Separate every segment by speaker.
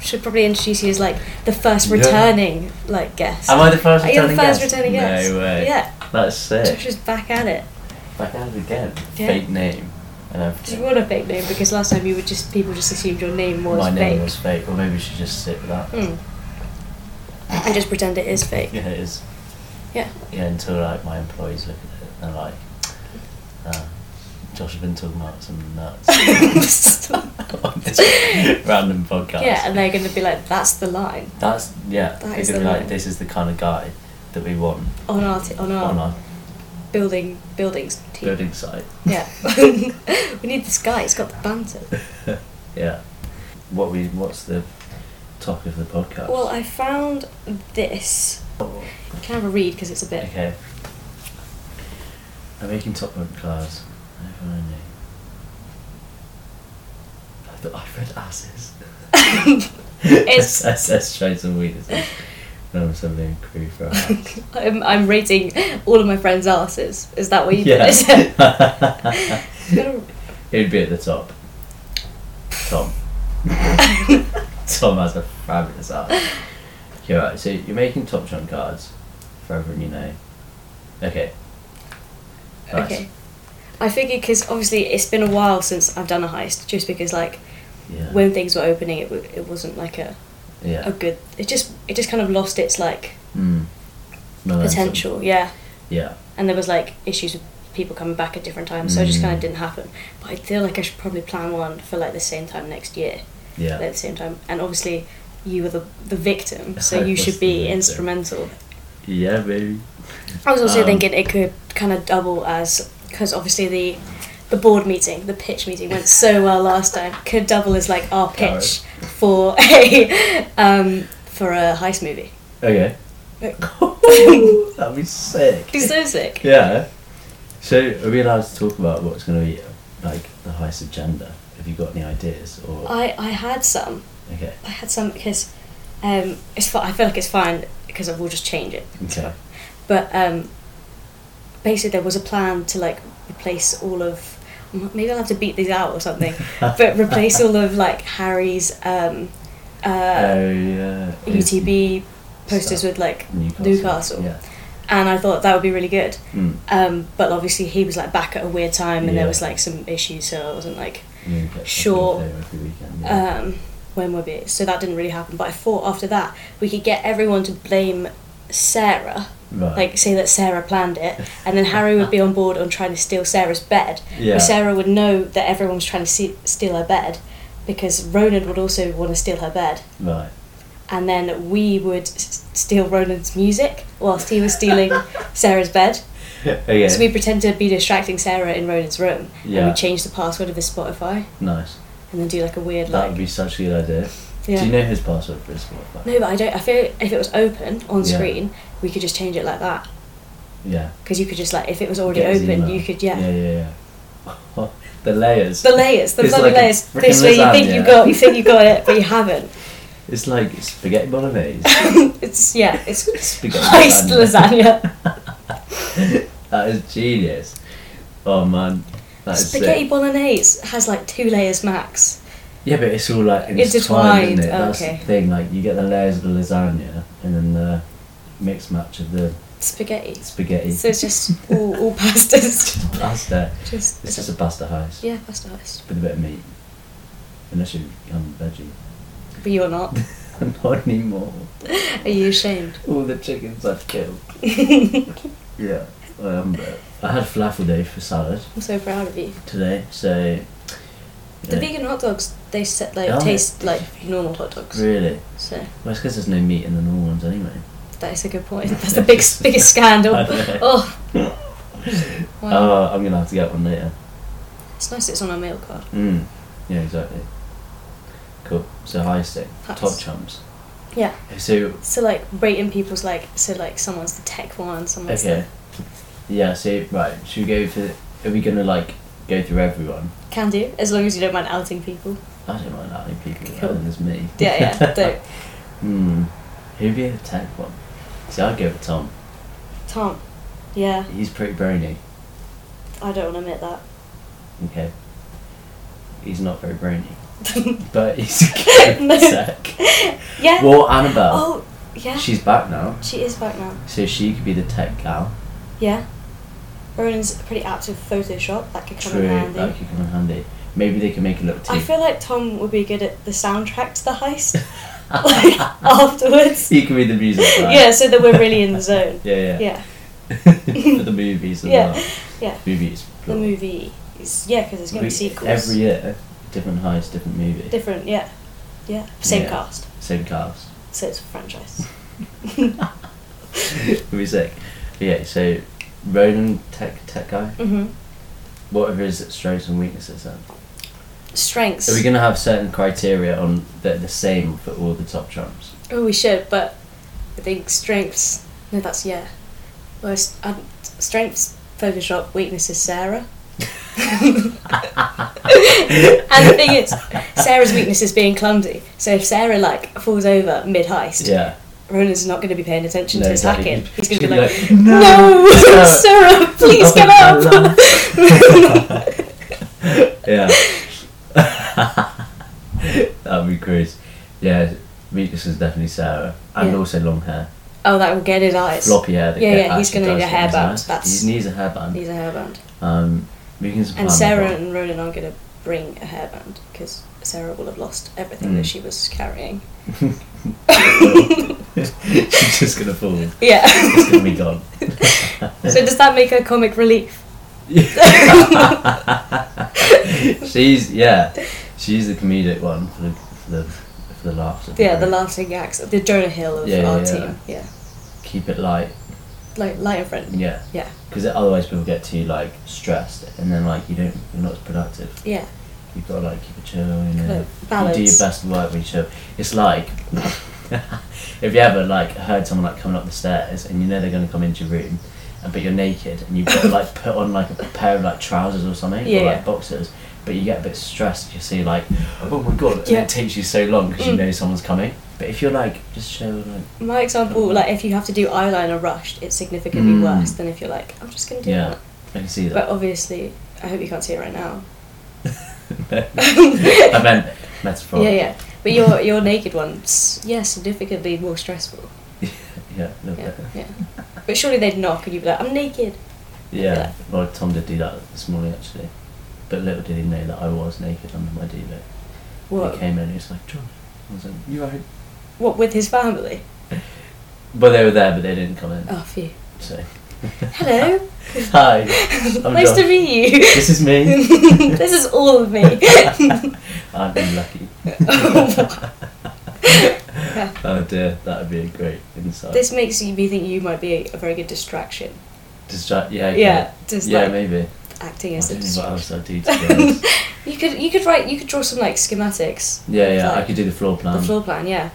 Speaker 1: should probably introduce you as like the first returning like guest.
Speaker 2: Am I the first
Speaker 1: Are you the
Speaker 2: returning
Speaker 1: first
Speaker 2: guest?
Speaker 1: returning guest?
Speaker 2: No way.
Speaker 1: Yeah.
Speaker 2: That's
Speaker 1: Josh
Speaker 2: sick.
Speaker 1: is back at it.
Speaker 2: Back out again.
Speaker 1: Yeah.
Speaker 2: Fake name. And
Speaker 1: Do
Speaker 2: everything.
Speaker 1: you want a fake name? Because last time you were just people just assumed your name was
Speaker 2: My
Speaker 1: fake.
Speaker 2: name was fake, or maybe we should just sit with that.
Speaker 1: Mm. And just pretend it is fake.
Speaker 2: Yeah, it is.
Speaker 1: Yeah.
Speaker 2: Yeah, until like my employees look at it and they're like, uh, Josh has been talking about some nuts on this random podcast.
Speaker 1: yeah, and they're going to be like, that's the line
Speaker 2: That's yeah.
Speaker 1: That
Speaker 2: they're
Speaker 1: is
Speaker 2: gonna be
Speaker 1: the
Speaker 2: like,
Speaker 1: line.
Speaker 2: this is the kind of guy that we want
Speaker 1: on our t- on our
Speaker 2: on our
Speaker 1: building buildings team.
Speaker 2: building site.
Speaker 1: Yeah, we need this guy. He's got the banter.
Speaker 2: Yeah. What we what's the topic of the podcast?
Speaker 1: Well, I found this. Can I have a read because it's a bit.
Speaker 2: Okay. I'm making top one class. If only. I thought I read asses.
Speaker 1: It's-
Speaker 2: SS trades and weaknesses. No, I'm suddenly in crew for a house.
Speaker 1: I'm, I'm rating all of my friends' asses. Is that what you
Speaker 2: Yeah.
Speaker 1: did? Gotta-
Speaker 2: It would be at the top. Tom. Tom has a fabulous art. Okay, right, so you're making top chunk cards for everyone you know. Okay. Right.
Speaker 1: Okay. I figured because obviously it's been a while since I've done a heist, just because like
Speaker 2: Yeah.
Speaker 1: when things were opening, it w- it wasn't like a,
Speaker 2: yeah.
Speaker 1: a good. It just it just kind of lost its like
Speaker 2: Mm. Momentum.
Speaker 1: potential. Yeah,
Speaker 2: Yeah.
Speaker 1: and there was like issues with people coming back at different times, so it just
Speaker 2: Mm.
Speaker 1: kind of didn't happen. But I feel like I should probably plan one for like the same time next year.
Speaker 2: Yeah.
Speaker 1: at the same time. And obviously, you were the, the victim, so
Speaker 2: I
Speaker 1: you
Speaker 2: was
Speaker 1: should
Speaker 2: the
Speaker 1: be
Speaker 2: victim.
Speaker 1: instrumental.
Speaker 2: yeah, baby.
Speaker 1: I was also
Speaker 2: Um,
Speaker 1: thinking it could kind of double as because obviously the the board meeting, the pitch meeting went so well last time. Could double as like our pitch for a um, for a heist movie.
Speaker 2: Okay.
Speaker 1: Like,
Speaker 2: That'd be sick.
Speaker 1: Be so sick.
Speaker 2: Yeah. So, are we allowed to talk about what's going to be like the highest agenda? Have you got any ideas? Or
Speaker 1: I I had some.
Speaker 2: okay,
Speaker 1: I had some because um, it's. fi- I feel like it's fine because I will just change it.
Speaker 2: okay,
Speaker 1: But um, basically, there was a plan to like replace all of. Maybe I'll have to beat these out or something. but replace all of like Harry's um, uh,
Speaker 2: oh yeah,
Speaker 1: UTB posters
Speaker 2: stuff.
Speaker 1: with like,
Speaker 2: Newcastle.
Speaker 1: Newcastle.
Speaker 2: Yeah.
Speaker 1: and I thought that would be really good.
Speaker 2: Mm.
Speaker 1: Um, but obviously, he was like back at a weird time, and there
Speaker 2: Yeah.
Speaker 1: was like some issues, so I wasn't like
Speaker 2: You get something
Speaker 1: Sure.
Speaker 2: there Every weekend. Yeah.
Speaker 1: um, when would it? So that didn't really happen. But I thought after that we could get everyone to blame Sarah,
Speaker 2: right.
Speaker 1: like say that Sarah planned it, and then Harry would be on board on trying to steal Sarah's bed,
Speaker 2: yeah.
Speaker 1: But Sarah would know that everyone was trying to see- steal her bed because Ronan would also want to steal her bed.
Speaker 2: Right.
Speaker 1: And then we would s- steal Ronan's music whilst he was stealing Sarah's bed.
Speaker 2: okay.
Speaker 1: So we pretend to be distracting Sarah in Ronan's room. And
Speaker 2: yeah.
Speaker 1: we change the password of his Spotify
Speaker 2: nice.
Speaker 1: and then do like a weird,
Speaker 2: That
Speaker 1: like.
Speaker 2: would be such a good idea.
Speaker 1: yeah.
Speaker 2: Do you know his password for his Spotify?
Speaker 1: no, but I don't. I feel if it was open on
Speaker 2: Yeah.
Speaker 1: screen, we could just change it like that.
Speaker 2: Yeah.
Speaker 1: Because you could just, like, if it was already
Speaker 2: Get his
Speaker 1: open,
Speaker 2: email.
Speaker 1: you could, yeah.
Speaker 2: Yeah, yeah, yeah. the layers.
Speaker 1: The layers, the
Speaker 2: It's
Speaker 1: bloody
Speaker 2: like a
Speaker 1: layers.
Speaker 2: frickin'
Speaker 1: This way you think you
Speaker 2: lasagna.
Speaker 1: got, you think you got it, but you haven't.
Speaker 2: It's like spaghetti bolognese.
Speaker 1: It's yeah, it's
Speaker 2: spaghetti
Speaker 1: iced lasagna.
Speaker 2: that is genius. Oh man, that is
Speaker 1: Spaghetti
Speaker 2: sick.
Speaker 1: bolognese has like two layers max.
Speaker 2: Yeah, but it's all like intertwined,
Speaker 1: Intertwined,
Speaker 2: isn't it?
Speaker 1: oh,
Speaker 2: That's
Speaker 1: okay.
Speaker 2: the thing. Like you get the layers of the lasagna and then the mix match of the
Speaker 1: Spaghetti.
Speaker 2: spaghetti.
Speaker 1: So it's just all, all pastas.
Speaker 2: pasta.
Speaker 1: Just,
Speaker 2: It's just a pasta house
Speaker 1: yeah, pasta heist.
Speaker 2: with a bit of meat. Unless you're young veggie.
Speaker 1: But you're not.
Speaker 2: Not anymore.
Speaker 1: Are you ashamed?
Speaker 2: All the chickens I've killed. yeah, I am. But I had falafel day for salad
Speaker 1: I'm so proud of you.
Speaker 2: today, so.
Speaker 1: The
Speaker 2: yeah.
Speaker 1: vegan hot dogs they set like
Speaker 2: Oh.
Speaker 1: taste like normal hot dogs.
Speaker 2: Really?
Speaker 1: So
Speaker 2: Well, it's because there's no meat in the normal ones anyway.
Speaker 1: that is a good point. That's the big biggest scandal.
Speaker 2: I know.
Speaker 1: Oh. Wow.
Speaker 2: Oh, I'm gonna have to get one later.
Speaker 1: it's nice it's on our mail card.
Speaker 2: Mm. Yeah, exactly. Cool. So high stick,
Speaker 1: That's-
Speaker 2: top chumps.
Speaker 1: Yeah.
Speaker 2: So
Speaker 1: So like rating people's like so like someone's the tech one, someone's
Speaker 2: okay. Yeah. So right, should we go for? Are we gonna like go through everyone?
Speaker 1: the can do, as long as you don't mind outing people.
Speaker 2: I don't mind that many people.
Speaker 1: Cool.
Speaker 2: Other than there's me.
Speaker 1: Yeah, yeah. Don't
Speaker 2: Hmm. Who'd be the tech one? See, I'd go with Tom.
Speaker 1: Tom. Yeah,
Speaker 2: He's pretty brainy.
Speaker 1: I don't want to admit that.
Speaker 2: Okay. He's not very brainy, but he's a good
Speaker 1: No.
Speaker 2: tech.
Speaker 1: Yeah.
Speaker 2: Well, Annabelle,
Speaker 1: oh, yeah.
Speaker 2: she's back now,
Speaker 1: She is back now.
Speaker 2: so she could be the tech gal.
Speaker 1: Yeah. Ronan's pretty apt with Photoshop. That could come
Speaker 2: True,
Speaker 1: in handy.
Speaker 2: that could come in handy. Maybe they can make a little team.
Speaker 1: I feel like Tom would be good at the soundtrack to the heist. like, afterwards.
Speaker 2: You can be the music. guy.
Speaker 1: Yeah, so that we're really in the zone.
Speaker 2: Yeah, yeah.
Speaker 1: Yeah.
Speaker 2: For the movies as
Speaker 1: Yeah,
Speaker 2: well.
Speaker 1: yeah.
Speaker 2: Movies.
Speaker 1: The movie is yeah, because there's gonna
Speaker 2: We-
Speaker 1: be sequels.
Speaker 2: Every year, different heist, different movie.
Speaker 1: different, yeah, yeah, same
Speaker 2: Yeah.
Speaker 1: cast,
Speaker 2: Same cast.
Speaker 1: so it's a franchise.
Speaker 2: It'd be sick. But yeah, so Ronan, tech tech guy,
Speaker 1: hmm
Speaker 2: what are his strengths and weaknesses then?
Speaker 1: Strengths.
Speaker 2: Are we going to have certain criteria on that are the same for all the top trumps?
Speaker 1: oh, we should, but I think strengths. No, that's yeah. Well, s- um, strengths. Photoshop weakness is Sarah. and the thing is, Sarah's weakness is being clumsy. So if Sarah like falls over mid heist,
Speaker 2: Yeah.
Speaker 1: Ronan's not going to be paying attention
Speaker 2: No,
Speaker 1: to his
Speaker 2: exactly.
Speaker 1: hacking. He's going to
Speaker 2: She'd
Speaker 1: be like,
Speaker 2: be like, "No,
Speaker 1: no,
Speaker 2: Sarah,
Speaker 1: Sarah, please get up.
Speaker 2: yeah. That'd be crazy. Yeah, weakness is definitely Sarah, and
Speaker 1: Yeah.
Speaker 2: also long hair,
Speaker 1: oh, that will get his eyes.
Speaker 2: floppy hair. That
Speaker 1: Yeah,
Speaker 2: get-
Speaker 1: yeah, he's
Speaker 2: actually
Speaker 1: gonna need
Speaker 2: does
Speaker 1: a
Speaker 2: get in his
Speaker 1: hairband,
Speaker 2: eyes.
Speaker 1: that's-
Speaker 2: He needs a hairband.
Speaker 1: He's a hairband.
Speaker 2: Um, we can
Speaker 1: And
Speaker 2: supply him with
Speaker 1: Sarah
Speaker 2: one.
Speaker 1: and Ronan are going to bring a hairband because Sarah will have lost everything
Speaker 2: Mm.
Speaker 1: that she was carrying.
Speaker 2: She's just gonna fall.
Speaker 1: Yeah.
Speaker 2: It's gonna be gone.
Speaker 1: so does that make her comic relief?
Speaker 2: she's yeah, she's the comedic one for the for the, for the laughter.
Speaker 1: Yeah, the laughing acts, the Jonah Hill of
Speaker 2: Yeah, yeah,
Speaker 1: our
Speaker 2: yeah.
Speaker 1: team. Yeah.
Speaker 2: Keep it light.
Speaker 1: Like light and friendly.
Speaker 2: Yeah.
Speaker 1: Yeah.
Speaker 2: Because otherwise people get too like stressed and then like you don't you're not as productive.
Speaker 1: Yeah.
Speaker 2: You've got to like keep it chill. You know,
Speaker 1: Like,
Speaker 2: you do your
Speaker 1: balance.
Speaker 2: best work when you chill. It's like if you ever like heard someone like coming up the stairs and you know they're gonna come into your room. and- But you're naked and you've got to like put on like a pair of like trousers or something
Speaker 1: Yeah,
Speaker 2: or
Speaker 1: yeah.
Speaker 2: like boxers, but you get a bit stressed. You see like, oh my god, and
Speaker 1: Yeah.
Speaker 2: it takes you so long because
Speaker 1: Mm.
Speaker 2: you know someone's coming. But if you're like just chill, like
Speaker 1: My example, like if you have to do eyeliner rushed, it's significantly
Speaker 2: Mm.
Speaker 1: worse than if you're like, I'm just going to do
Speaker 2: Yeah.
Speaker 1: that.
Speaker 2: I can see that.
Speaker 1: But obviously, I hope you can't see it right now.
Speaker 2: I meant metaphor.
Speaker 1: Yeah, yeah. But your your naked one's yeah, significantly more stressful.
Speaker 2: Yeah, a little
Speaker 1: Yeah,
Speaker 2: bit.
Speaker 1: yeah. But surely they'd knock and you'd be like, I'm naked.
Speaker 2: Yeah.
Speaker 1: Yeah.
Speaker 2: Well, Tom did do that this morning actually, but little did he know that I was naked under my duvet. He
Speaker 1: What?
Speaker 2: came in and he was like, John. I was like, you right?
Speaker 1: What with his family?
Speaker 2: Well, they were there, but they didn't come in.
Speaker 1: Oh, phew.
Speaker 2: So,
Speaker 1: Hello.
Speaker 2: hi. I'm
Speaker 1: nice to
Speaker 2: John.
Speaker 1: meet you.
Speaker 2: This is me.
Speaker 1: this is all of me.
Speaker 2: I've been lucky. Oh dear, that would be a great insight.
Speaker 1: this makes you- me think you might be a very good distraction.
Speaker 2: Distract. Yeah. okay.
Speaker 1: Yeah, just
Speaker 2: Yeah,
Speaker 1: like
Speaker 2: maybe.
Speaker 1: acting as
Speaker 2: I
Speaker 1: a
Speaker 2: don't know what else
Speaker 1: distraction.
Speaker 2: I do. To be honest.
Speaker 1: You could you could write you could draw some like schematics.
Speaker 2: yeah,
Speaker 1: of,
Speaker 2: yeah. I
Speaker 1: like,
Speaker 2: could do the floor plan.
Speaker 1: the floor plan. Yeah,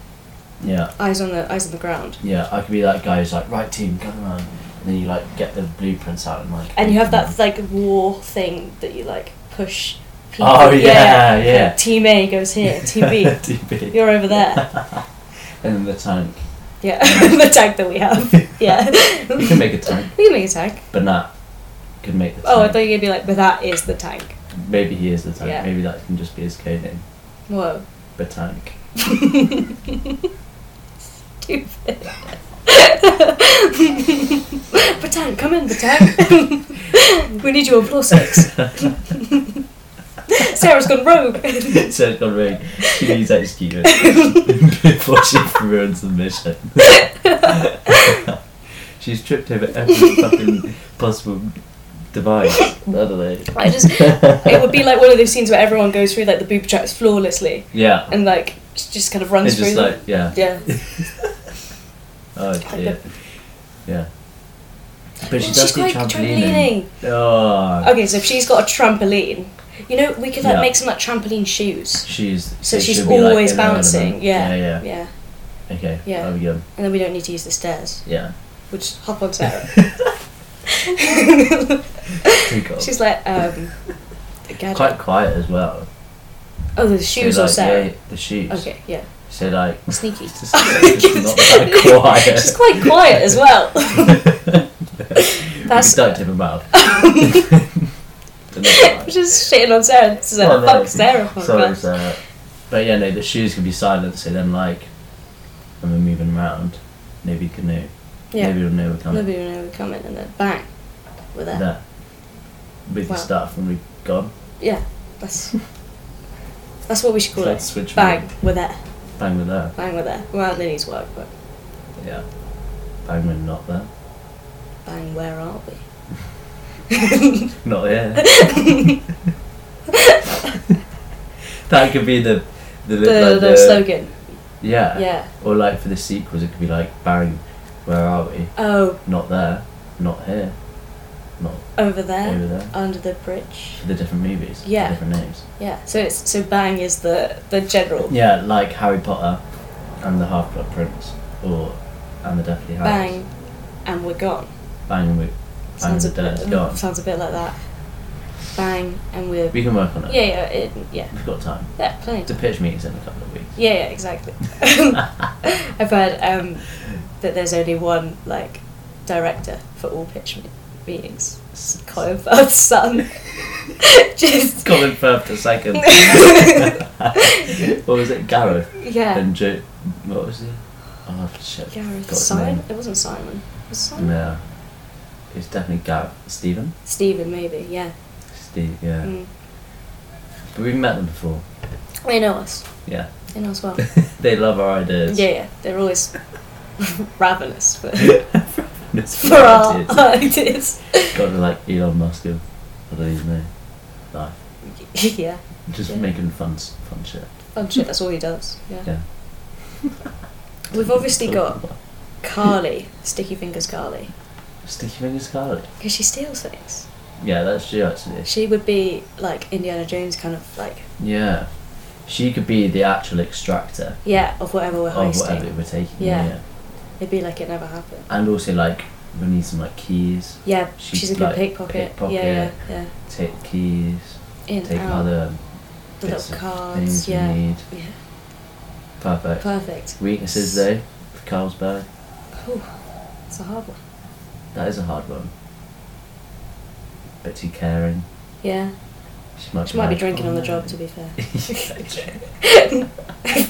Speaker 2: Yeah.
Speaker 1: eyes on the eyes on the ground,
Speaker 2: Yeah, I could be that guy who's like, right team, come around, and then you like get the blueprints out and like.
Speaker 1: and you have that like war thing that you like push. People.
Speaker 2: Oh yeah, yeah.
Speaker 1: Team A goes here. Team B,
Speaker 2: Team B.
Speaker 1: you're over there.
Speaker 2: And then the tank.
Speaker 1: Yeah, the tag that we have. Yeah,
Speaker 2: You can make a tank,
Speaker 1: we can make a tag.
Speaker 2: but Nat could make the. Tank.
Speaker 1: Oh, I thought you'd be like, but that is the tank.
Speaker 2: Maybe he is the tank.
Speaker 1: Yeah.
Speaker 2: Maybe that can just be his code name,
Speaker 1: Whoa.
Speaker 2: the tank.
Speaker 1: Stupid. Batank, come in, Batank. we need you on floor six. Sarah's gone rogue.
Speaker 2: so it's gone wrong. She needs that excuse before she ruins the mission. She's tripped over every fucking possible device. I don't know.
Speaker 1: I just, it would be like one of those scenes where everyone goes through like the boob traps flawlessly
Speaker 2: Yeah.
Speaker 1: and like just kind of
Speaker 2: It's
Speaker 1: runs
Speaker 2: just
Speaker 1: through
Speaker 2: like yeah.
Speaker 1: them. Yeah.
Speaker 2: Oh dear. Yeah. But she
Speaker 1: Oh,
Speaker 2: does do
Speaker 1: quite
Speaker 2: trampolining.
Speaker 1: trampolining.
Speaker 2: Oh.
Speaker 1: Okay, so if she's got a trampoline, you know, we could like
Speaker 2: Yeah.
Speaker 1: make some like trampoline shoes.
Speaker 2: She's
Speaker 1: So she's
Speaker 2: she'll be, like,
Speaker 1: always
Speaker 2: in her element.
Speaker 1: bouncing, yeah.
Speaker 2: Yeah.
Speaker 1: Yeah.
Speaker 2: Yeah. Okay.
Speaker 1: Yeah.
Speaker 2: That'll be good.
Speaker 1: And then we don't need to use the stairs.
Speaker 2: Yeah.
Speaker 1: We'll just hop on Sarah.
Speaker 2: Pretty cool.
Speaker 1: She's like, um, the gadget.
Speaker 2: quite quiet as well.
Speaker 1: oh, the
Speaker 2: So,
Speaker 1: shoes or
Speaker 2: like,
Speaker 1: Sarah?
Speaker 2: yeah, the shoes.
Speaker 1: Okay, yeah.
Speaker 2: So like.
Speaker 1: Sneaky.
Speaker 2: It's just, it's not that quiet.
Speaker 1: She's quite quiet as well. That's
Speaker 2: Don't tip her mouth. Don't know why.
Speaker 1: just shitting on Sarah. It's like,
Speaker 2: Oh, no.
Speaker 1: fuck Sarah. fuck
Speaker 2: Sorry, uh,
Speaker 1: her.
Speaker 2: Sarah. But yeah, no, the shoes can be silent, so then like and we're moving around, nobody could know.
Speaker 1: Yeah.
Speaker 2: Nobody would know we're coming.
Speaker 1: Nobody would know we're coming, and then bang, we're there.
Speaker 2: There. With
Speaker 1: Wow.
Speaker 2: your stuff and we've gone.
Speaker 1: Yeah, that's that's what we should call
Speaker 2: Let's
Speaker 1: it.
Speaker 2: switch
Speaker 1: Bang, we're there.
Speaker 2: Bang with there.
Speaker 1: Bang, we're there. Well, they need to work, but
Speaker 2: Yeah. Bang with not there.
Speaker 1: bang, where are we?
Speaker 2: Not here. that could be the the,
Speaker 1: The,
Speaker 2: like
Speaker 1: the, slogan.
Speaker 2: Yeah.
Speaker 1: Yeah.
Speaker 2: Or like for the sequels, it could be like bang, where are we?
Speaker 1: Oh,
Speaker 2: Not there. Not here. Not
Speaker 1: over there,
Speaker 2: over there.
Speaker 1: under the bridge.
Speaker 2: For the different movies. the
Speaker 1: Uh. Yeah.
Speaker 2: different names.
Speaker 1: Yeah. So it's so bang is the the general.
Speaker 2: Yeah, like Harry Potter and the Half Blood Prince, or and the Deathly Hallows.
Speaker 1: Bang, and we're gone.
Speaker 2: Bang. and we- Bang.
Speaker 1: Sounds
Speaker 2: the
Speaker 1: a bit.
Speaker 2: Death's gone.
Speaker 1: Sounds a bit like that. Bang, and we're.
Speaker 2: We can work on
Speaker 1: yeah,
Speaker 2: it.
Speaker 1: yeah, it, yeah.
Speaker 2: We've got time.
Speaker 1: Yeah, plenty.
Speaker 2: The pitch meeting's in a couple of weeks.
Speaker 1: Yeah, yeah, exactly. I've heard um, that there's only one like director for all pitch me- meetings. It's Colin Firth's son. Just
Speaker 2: Colin Firth the second. what was it? Gareth
Speaker 1: yeah.
Speaker 2: and Joe. What was he? Oh shit. forgot
Speaker 1: Gareth
Speaker 2: his
Speaker 1: Simon.
Speaker 2: name.
Speaker 1: It wasn't Simon. Was it Simon?
Speaker 2: No. It's definitely Gareth. Stephen.
Speaker 1: Stephen maybe. Yeah.
Speaker 2: Steve. Yeah.
Speaker 1: Mm.
Speaker 2: But we've met them before.
Speaker 1: They know us.
Speaker 2: Yeah.
Speaker 1: They know us well.
Speaker 2: they love our
Speaker 1: yeah,
Speaker 2: ideas.
Speaker 1: yeah. They're always ravenous for
Speaker 2: It's
Speaker 1: for our
Speaker 2: ideas.
Speaker 1: ideas.
Speaker 2: Gotta like Elon Musk. him. I don't even know. Life.
Speaker 1: yeah.
Speaker 2: Just
Speaker 1: Yeah.
Speaker 2: making fun, s- fun shit.
Speaker 1: I'm sure that's all he does. Yeah.
Speaker 2: Yeah.
Speaker 1: We've obviously
Speaker 2: Talk
Speaker 1: got
Speaker 2: about-
Speaker 1: Carly, Sticky Fingers Carly,
Speaker 2: Sticky fingers, Carly.
Speaker 1: because she steals things.
Speaker 2: Yeah, that's true actually.
Speaker 1: She would be like Indiana Jones, kind of like
Speaker 2: Yeah. She could be the actual extractor
Speaker 1: yeah, of whatever we're
Speaker 2: of
Speaker 1: hosting.
Speaker 2: whatever we're taking.
Speaker 1: Yeah. It'd be like it never happened.
Speaker 2: And also like we need some like keys.
Speaker 1: Yeah,
Speaker 2: She's
Speaker 1: she's a good
Speaker 2: like
Speaker 1: pickpocket.
Speaker 2: pickpocket.
Speaker 1: Yeah, yeah,
Speaker 2: Take keys.
Speaker 1: yeah. In
Speaker 2: take
Speaker 1: out,
Speaker 2: other
Speaker 1: the
Speaker 2: bits
Speaker 1: Oh, little
Speaker 2: of
Speaker 1: cards.
Speaker 2: things we
Speaker 1: Yeah,
Speaker 2: need.
Speaker 1: yeah.
Speaker 2: Perfect.
Speaker 1: Perfect.
Speaker 2: Weaknesses though for Carlsberg.
Speaker 1: Ooh, it's a hard one.
Speaker 2: That is a hard one. Bit too caring.
Speaker 1: Yeah,
Speaker 2: She might
Speaker 1: she might be
Speaker 2: like,
Speaker 1: drinking
Speaker 2: "Oh,
Speaker 1: on the
Speaker 2: no."
Speaker 1: job. To be fair,
Speaker 2: yeah.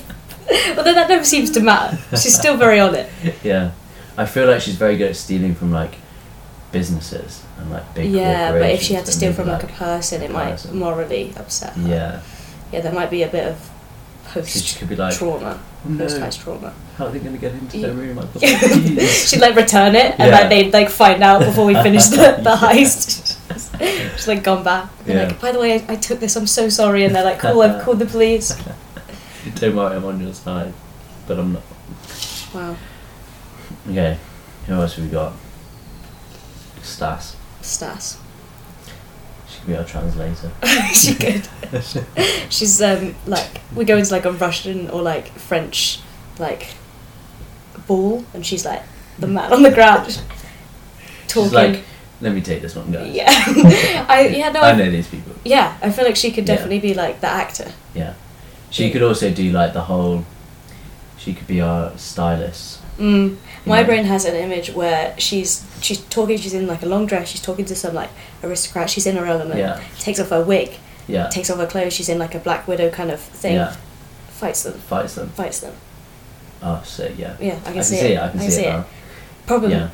Speaker 1: although that never seems to matter. She's still very on it.
Speaker 2: yeah. I feel like she's very good at stealing from like businesses and like big
Speaker 1: yeah, but if she had to
Speaker 2: corporations
Speaker 1: steal
Speaker 2: and
Speaker 1: from like a
Speaker 2: like-
Speaker 1: person, it might
Speaker 2: person.
Speaker 1: morally upset. Her.
Speaker 2: Yeah.
Speaker 1: yeah, there might be a bit of
Speaker 2: So she
Speaker 1: post
Speaker 2: could be like,
Speaker 1: trauma,
Speaker 2: "Oh, no,
Speaker 1: post house trauma.
Speaker 2: how are they going to get into
Speaker 1: Yeah.
Speaker 2: their room? I thought,
Speaker 1: She'd like return it, and then
Speaker 2: Yeah.
Speaker 1: they'd like find out before we finish the, the heist. She's like gone back. They're
Speaker 2: Yeah.
Speaker 1: Like, by the way, I, I took this. I'm so sorry. And they're like, cool. I've called the police.
Speaker 2: Don't worry, I'm on your side. But I'm not.
Speaker 1: Wow,
Speaker 2: Okay, who else have we got? Stas.
Speaker 1: Stas,
Speaker 2: She could be our translator.
Speaker 1: she good. She's um like we go into like a Russian or like French like ball, and she's like the man on the ground talking.
Speaker 2: Mm. She's like, let me take this one, guys.
Speaker 1: yeah, I yeah no.
Speaker 2: I
Speaker 1: I-
Speaker 2: know these people.
Speaker 1: Yeah, I feel like she could
Speaker 2: Yeah.
Speaker 1: definitely be like the actor.
Speaker 2: Yeah. She
Speaker 1: Yeah.
Speaker 2: could also do like the whole. She could be our stylist.
Speaker 1: Mm. My
Speaker 2: Yeah.
Speaker 1: brain has an image where she's she's talking. She's in like a long dress. She's talking to some like aristocrat. She's in her element.
Speaker 2: Yeah.
Speaker 1: Takes off her wig.
Speaker 2: Yeah.
Speaker 1: Takes off her clothes. She's in like a black widow kind of thing.
Speaker 2: Yeah.
Speaker 1: Fights them.
Speaker 2: Fights them.
Speaker 1: Fights them.
Speaker 2: Oh, so yeah.
Speaker 1: Yeah, I can,
Speaker 2: see, it. I can see, it. now.
Speaker 1: Problem.
Speaker 2: Yeah.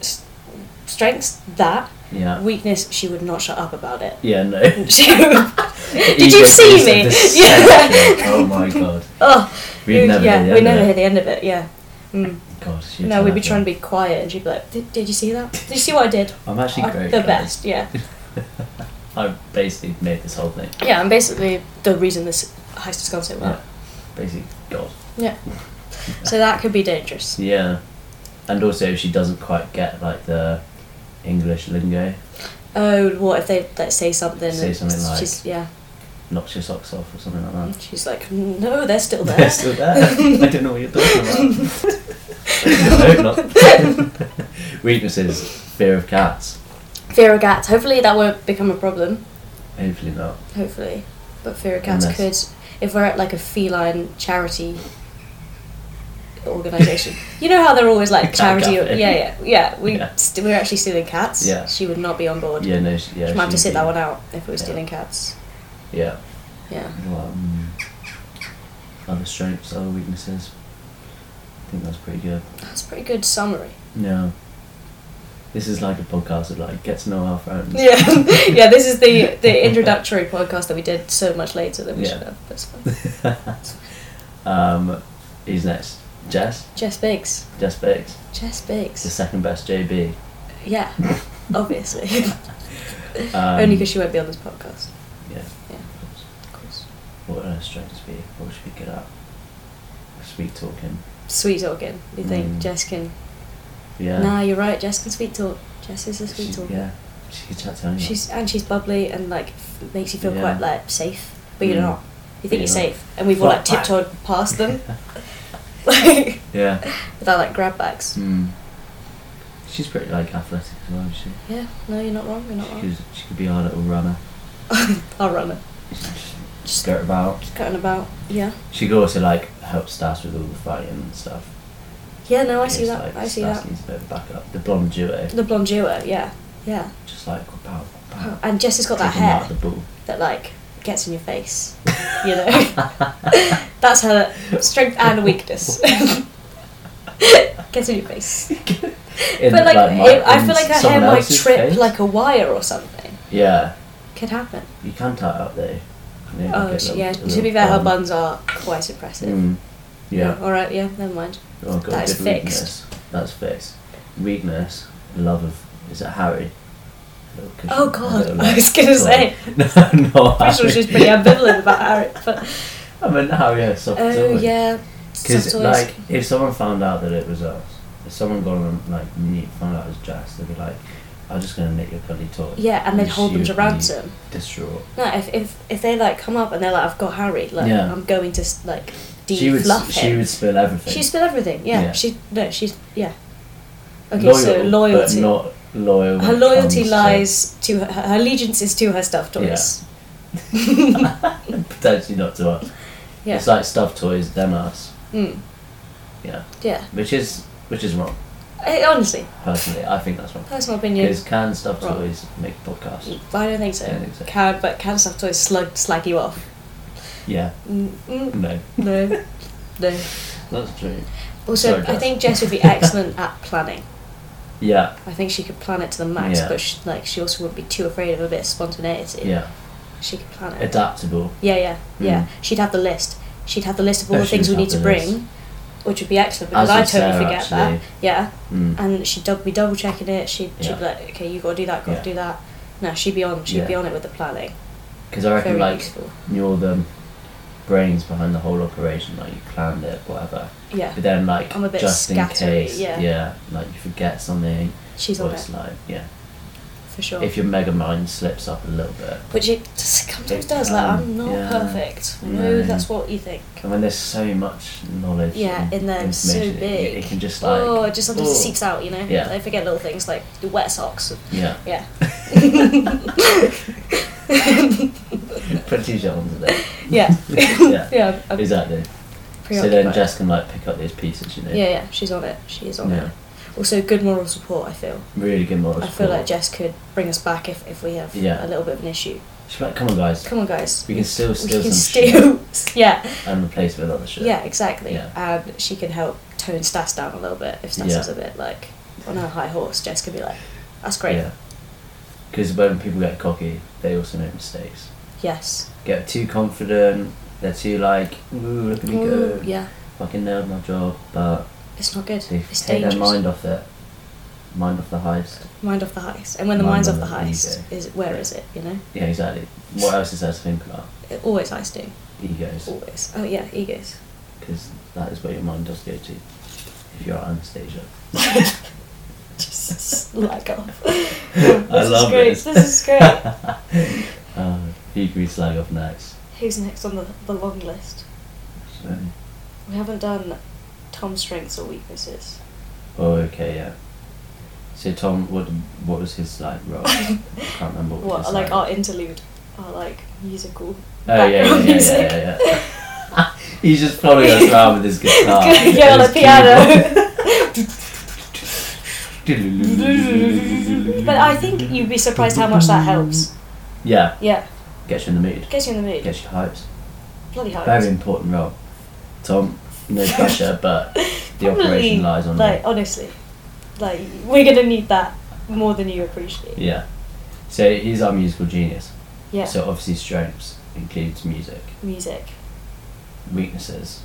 Speaker 1: s- Strengths that
Speaker 2: Yeah.
Speaker 1: weakness. She would not shut up about it.
Speaker 2: Yeah. No.
Speaker 1: She- Did
Speaker 2: Ego
Speaker 1: you see
Speaker 2: boost of
Speaker 1: me?
Speaker 2: deception.
Speaker 1: Yeah.
Speaker 2: Oh my god.
Speaker 1: Oh,
Speaker 2: We'd never
Speaker 1: yeah,
Speaker 2: hear the
Speaker 1: we
Speaker 2: end of
Speaker 1: never
Speaker 2: it.
Speaker 1: hear the end of it. Yeah. Mm.
Speaker 2: God, she's
Speaker 1: No, we'd be
Speaker 2: terrible.
Speaker 1: trying to be quiet, and she'd be like, "Did, did you see that? Did you see what I did?"
Speaker 2: I'm actually
Speaker 1: I'm
Speaker 2: great.
Speaker 1: the
Speaker 2: guys.
Speaker 1: best. Yeah.
Speaker 2: I basically made this whole thing.
Speaker 1: Yeah, I'm basically the reason this heist has gone so well.
Speaker 2: Yeah. Basically, God.
Speaker 1: Yeah. so that could be dangerous.
Speaker 2: Yeah. And also, she doesn't quite get like the English lingo.
Speaker 1: Oh, what if they like say something?
Speaker 2: Say
Speaker 1: and
Speaker 2: something like-
Speaker 1: she's yeah.
Speaker 2: Knocks your socks off or something like that.
Speaker 1: She's like, no, they're still
Speaker 2: They're
Speaker 1: there.
Speaker 2: still there. I don't know what you're talking about. no, not. Weaknesses: fear of cats.
Speaker 1: fear of cats. Hopefully that won't become a problem.
Speaker 2: Hopefully not.
Speaker 1: Hopefully, but fear of cats
Speaker 2: Unless-
Speaker 1: could. If we're at like a feline charity organization, you know how they're always like
Speaker 2: Cat
Speaker 1: charity.
Speaker 2: cafe.
Speaker 1: Yeah, yeah, yeah. We
Speaker 2: Yeah.
Speaker 1: St- we're actually stealing cats.
Speaker 2: Yeah.
Speaker 1: She would not be on board.
Speaker 2: Yeah, no. She, yeah,
Speaker 1: she might have to
Speaker 2: she'd
Speaker 1: sit
Speaker 2: be-
Speaker 1: that one out if we were
Speaker 2: Yeah.
Speaker 1: stealing cats.
Speaker 2: Yeah. mm.
Speaker 1: Yeah.
Speaker 2: Well, um, other strengths, other weaknesses. think that's pretty good.
Speaker 1: That's a pretty good summary.
Speaker 2: Yeah. This is like a podcast that like gets to know our friends.
Speaker 1: Yeah, yeah. This is the the introductory podcast that we did so much later that we
Speaker 2: Yeah.
Speaker 1: should have. That's fine.
Speaker 2: um, who's next? Jess.
Speaker 1: Jess Biggs.
Speaker 2: Jess Biggs.
Speaker 1: Jess
Speaker 2: The
Speaker 1: Biggs.
Speaker 2: second best JB.
Speaker 1: Yeah, obviously.
Speaker 2: Um,
Speaker 1: Only because she won't be on this podcast.
Speaker 2: Yeah.
Speaker 1: Yeah. Of course.
Speaker 2: What else should I just be? What should we get up? Speak talking.
Speaker 1: Sweet talking. You think
Speaker 2: Mm.
Speaker 1: Jess can?
Speaker 2: Yeah.
Speaker 1: Nah, you're right. Jess can sweet talk. Jess is a sweet
Speaker 2: She-
Speaker 1: talk.
Speaker 2: Yeah. She could chat to anyone.
Speaker 1: She's and she's bubbly and like f- makes you feel
Speaker 2: Yeah.
Speaker 1: quite like safe, but you're
Speaker 2: Mm.
Speaker 1: not. You think
Speaker 2: You're
Speaker 1: you're
Speaker 2: not.
Speaker 1: safe, and we've all like
Speaker 2: Fuck that.
Speaker 1: tiptoed past them, like
Speaker 2: yeah.
Speaker 1: without like grab bags.
Speaker 2: Mm. She's pretty like athletic as well. Isn't she.
Speaker 1: Yeah, no, you're not wrong. You're not
Speaker 2: She
Speaker 1: wrong.
Speaker 2: could, she could be our little runner.
Speaker 1: I'll run it.
Speaker 2: Just skirt about.
Speaker 1: Just cutting about. Yeah.
Speaker 2: She could also like help Stas with all the fighting and stuff.
Speaker 1: Yeah. No, Oh, I
Speaker 2: In
Speaker 1: see
Speaker 2: case,
Speaker 1: that.
Speaker 2: Like,
Speaker 1: I see
Speaker 2: Stas
Speaker 1: that.
Speaker 2: needs a bit of backup. The blonde duo.
Speaker 1: The blonde duo. Yeah. Yeah.
Speaker 2: Just like pow, pow.
Speaker 1: And Jess has got Oh, that
Speaker 2: Take him out
Speaker 1: hair
Speaker 2: of the ball.
Speaker 1: that like gets in your face. You know. That's her strength and weakness. gets in your face.
Speaker 2: In,
Speaker 1: but like,
Speaker 2: my-
Speaker 1: it, I
Speaker 2: in
Speaker 1: feel like her hair
Speaker 2: someone
Speaker 1: might
Speaker 2: else's
Speaker 1: trip
Speaker 2: face.
Speaker 1: like a wire or something.
Speaker 2: Yeah,
Speaker 1: Could happen.
Speaker 2: you can tie it up there. And then you
Speaker 1: Oh,
Speaker 2: get
Speaker 1: she,
Speaker 2: a
Speaker 1: yeah.
Speaker 2: little-
Speaker 1: To be
Speaker 2: little
Speaker 1: fair, her
Speaker 2: bun.
Speaker 1: buns are quite impressive.
Speaker 2: Mm. Yeah.
Speaker 1: All right. Yeah. Never mind.
Speaker 2: Oh, God,
Speaker 1: That is
Speaker 2: good
Speaker 1: fixed.
Speaker 2: Weakness. That's fixed. Weakness, love of. Is it Harry? A little cushion,
Speaker 1: Oh
Speaker 2: a little,
Speaker 1: God. I
Speaker 2: like,
Speaker 1: was gonna
Speaker 2: toy.
Speaker 1: say.
Speaker 2: No, no.
Speaker 1: I'm sure
Speaker 2: Harry.
Speaker 1: she's pretty ambivalent about Harry, but
Speaker 2: I meant Harry, yeah, soft
Speaker 1: oh yeah,
Speaker 2: Because,
Speaker 1: soft toys.
Speaker 2: like, if someone found out that it was us, if someone got on, like, knew- found out it was Jess, they'd be like, I'm just going to nick your bloody toy.
Speaker 1: yeah, and then
Speaker 2: she
Speaker 1: hold them to
Speaker 2: would be
Speaker 1: ransom.
Speaker 2: Distraught.
Speaker 1: No, if, if if they like come up and they're like, I've got Harry, like
Speaker 2: Yeah.
Speaker 1: I'm going to s- like
Speaker 2: she would,
Speaker 1: de-fluff him.
Speaker 2: she would spill everything.
Speaker 1: She spilled everything. Yeah.
Speaker 2: Yeah.
Speaker 1: She no. She's yeah. Okay,
Speaker 2: loyal,
Speaker 1: so loyalty.
Speaker 2: But not loyal. when
Speaker 1: her
Speaker 2: it
Speaker 1: loyalty
Speaker 2: comes
Speaker 1: lies to her, her allegiance is to her stuffed toys.
Speaker 2: To, potentially not to us.
Speaker 1: Yeah.
Speaker 2: It's like stuffed toys, then us.
Speaker 1: Mm.
Speaker 2: Yeah.
Speaker 1: Yeah.
Speaker 2: Which is which is wrong,
Speaker 1: I, honestly,
Speaker 2: personally. I think that's wrong.
Speaker 1: personal opinion.
Speaker 2: Because can stuffed
Speaker 1: Wrong.
Speaker 2: toys make podcasts?
Speaker 1: I don't think so.
Speaker 2: I don't think so.
Speaker 1: Can but can stuffed toys slug slag you off?
Speaker 2: Yeah.
Speaker 1: Mm, mm,
Speaker 2: No.
Speaker 1: no. No.
Speaker 2: That's true.
Speaker 1: Also,
Speaker 2: Sorry,
Speaker 1: I
Speaker 2: Jess.
Speaker 1: think Jess would be excellent at planning.
Speaker 2: Yeah.
Speaker 1: I think she could plan it to the max,
Speaker 2: Yeah.
Speaker 1: but she, like she also wouldn't be too afraid of a bit of spontaneity.
Speaker 2: Yeah.
Speaker 1: She could plan it.
Speaker 2: Adaptable.
Speaker 1: yeah, yeah, yeah.
Speaker 2: Mm.
Speaker 1: She'd have the list. She'd have the list of all
Speaker 2: Oh,
Speaker 1: the
Speaker 2: she
Speaker 1: things we
Speaker 2: would
Speaker 1: need to
Speaker 2: have the
Speaker 1: bring,
Speaker 2: list.
Speaker 1: which would be excellent
Speaker 2: As
Speaker 1: because I
Speaker 2: would
Speaker 1: totally
Speaker 2: Sarah,
Speaker 1: forget that.
Speaker 2: actually.
Speaker 1: Yeah,
Speaker 2: Mm.
Speaker 1: and she'd dub- be double checking it. She'd, she'd
Speaker 2: Yeah.
Speaker 1: be like, okay, you got to do that, got to
Speaker 2: Yeah.
Speaker 1: do that. No, she'd be on. She'd be
Speaker 2: Yeah.
Speaker 1: on it with the planning.
Speaker 2: Because I reckon
Speaker 1: Very
Speaker 2: like
Speaker 1: useful.
Speaker 2: you're the brains behind the whole operation, like you planned it, whatever.
Speaker 1: Yeah,
Speaker 2: But then like
Speaker 1: I'm a bit
Speaker 2: just in
Speaker 1: scattery,
Speaker 2: case,
Speaker 1: yeah.
Speaker 2: like you forget something,
Speaker 1: she's on
Speaker 2: or
Speaker 1: it
Speaker 2: it's like yeah.
Speaker 1: for sure.
Speaker 2: If your mega mind slips up a little bit,
Speaker 1: Which it just sometimes
Speaker 2: It
Speaker 1: does. Like I'm
Speaker 2: can,
Speaker 1: not
Speaker 2: yeah.
Speaker 1: perfect. I know
Speaker 2: No.
Speaker 1: that's what you think.
Speaker 2: and when there's so much knowledge,
Speaker 1: Yeah,
Speaker 2: and
Speaker 1: in there, it's so
Speaker 2: information, it-
Speaker 1: big.
Speaker 2: It, can just like
Speaker 1: oh, it just sometimes
Speaker 2: oh,
Speaker 1: seeps out, you know.
Speaker 2: Yeah.
Speaker 1: I forget little things like the wet socks.
Speaker 2: Yeah,
Speaker 1: Yeah,
Speaker 2: put a t-shirt on today.
Speaker 1: yeah,
Speaker 2: yeah,
Speaker 1: yeah. I'm
Speaker 2: exactly. So
Speaker 1: preoccupied.
Speaker 2: then Jess can like pick up these pieces, you know.
Speaker 1: Yeah, yeah. She's on it. She is on
Speaker 2: Yeah.
Speaker 1: it. Also, good moral support. I feel.
Speaker 2: Really good moral
Speaker 1: I feel like
Speaker 2: support.
Speaker 1: Jess could bring us back if, if we have a
Speaker 2: Yeah.
Speaker 1: little bit of an issue.
Speaker 2: She's like, come on, guys,
Speaker 1: Come on, guys.
Speaker 2: we can still
Speaker 1: We
Speaker 2: steal
Speaker 1: can
Speaker 2: some shit
Speaker 1: steal. yeah,
Speaker 2: and replace it with other shit.
Speaker 1: yeah, exactly.
Speaker 2: Yeah.
Speaker 1: And she can help tone Stas down a little bit if Stas
Speaker 2: Yeah.
Speaker 1: is a bit like on her high horse. Jess could be like, "That's great.
Speaker 2: Because when people get cocky, they also make mistakes.
Speaker 1: Yes.
Speaker 2: Get too confident. They're too like, ooh, look at me
Speaker 1: Ooh,
Speaker 2: go.
Speaker 1: yeah.
Speaker 2: Fucking nailed my job, but
Speaker 1: It's not good.
Speaker 2: they
Speaker 1: it's
Speaker 2: take
Speaker 1: dangerous.
Speaker 2: their mind off it. Mind off the heist.
Speaker 1: Mind off the heist. And when the
Speaker 2: Mind
Speaker 1: mind's
Speaker 2: on
Speaker 1: off the
Speaker 2: the
Speaker 1: heist,
Speaker 2: ego.
Speaker 1: is where is it? You know,
Speaker 2: Yeah, exactly. What else is there to think about?
Speaker 1: it, always heisting.
Speaker 2: Egos.
Speaker 1: Always. Oh yeah, egos.
Speaker 2: Because that is where your mind does go to. If you're at Anastasia.
Speaker 1: Just like off.
Speaker 2: I
Speaker 1: is
Speaker 2: love
Speaker 1: great.
Speaker 2: this.
Speaker 1: This is great.
Speaker 2: Uh, who can we slag off next?
Speaker 1: Who's next on the, the long list?
Speaker 2: So,
Speaker 1: We haven't done Tom's strengths or weaknesses.
Speaker 2: oh, okay, yeah. So Tom, what what was his like role? I can't remember what,
Speaker 1: What
Speaker 2: his
Speaker 1: like
Speaker 2: like,
Speaker 1: our interlude, our like musical
Speaker 2: Oh yeah, yeah,
Speaker 1: background
Speaker 2: yeah,
Speaker 1: music.
Speaker 2: yeah, yeah, yeah. He's just following us around with his guitar.
Speaker 1: yeah, on
Speaker 2: and
Speaker 1: the
Speaker 2: his
Speaker 1: piano.
Speaker 2: keyboard.
Speaker 1: but I think you'd be surprised how much that helps.
Speaker 2: Yeah,
Speaker 1: Yeah,
Speaker 2: gets you in the mood.
Speaker 1: gets you in the mood.
Speaker 2: Gets you hyped.
Speaker 1: Bloody hell.
Speaker 2: Very important role. Tom, no pressure, but the operation lies on
Speaker 1: like honestly, like we're gonna need that more than you appreciate.
Speaker 2: you. Yeah. So he's our musical genius.
Speaker 1: Yeah,
Speaker 2: So obviously strengths includes music.
Speaker 1: music.
Speaker 2: Weaknesses.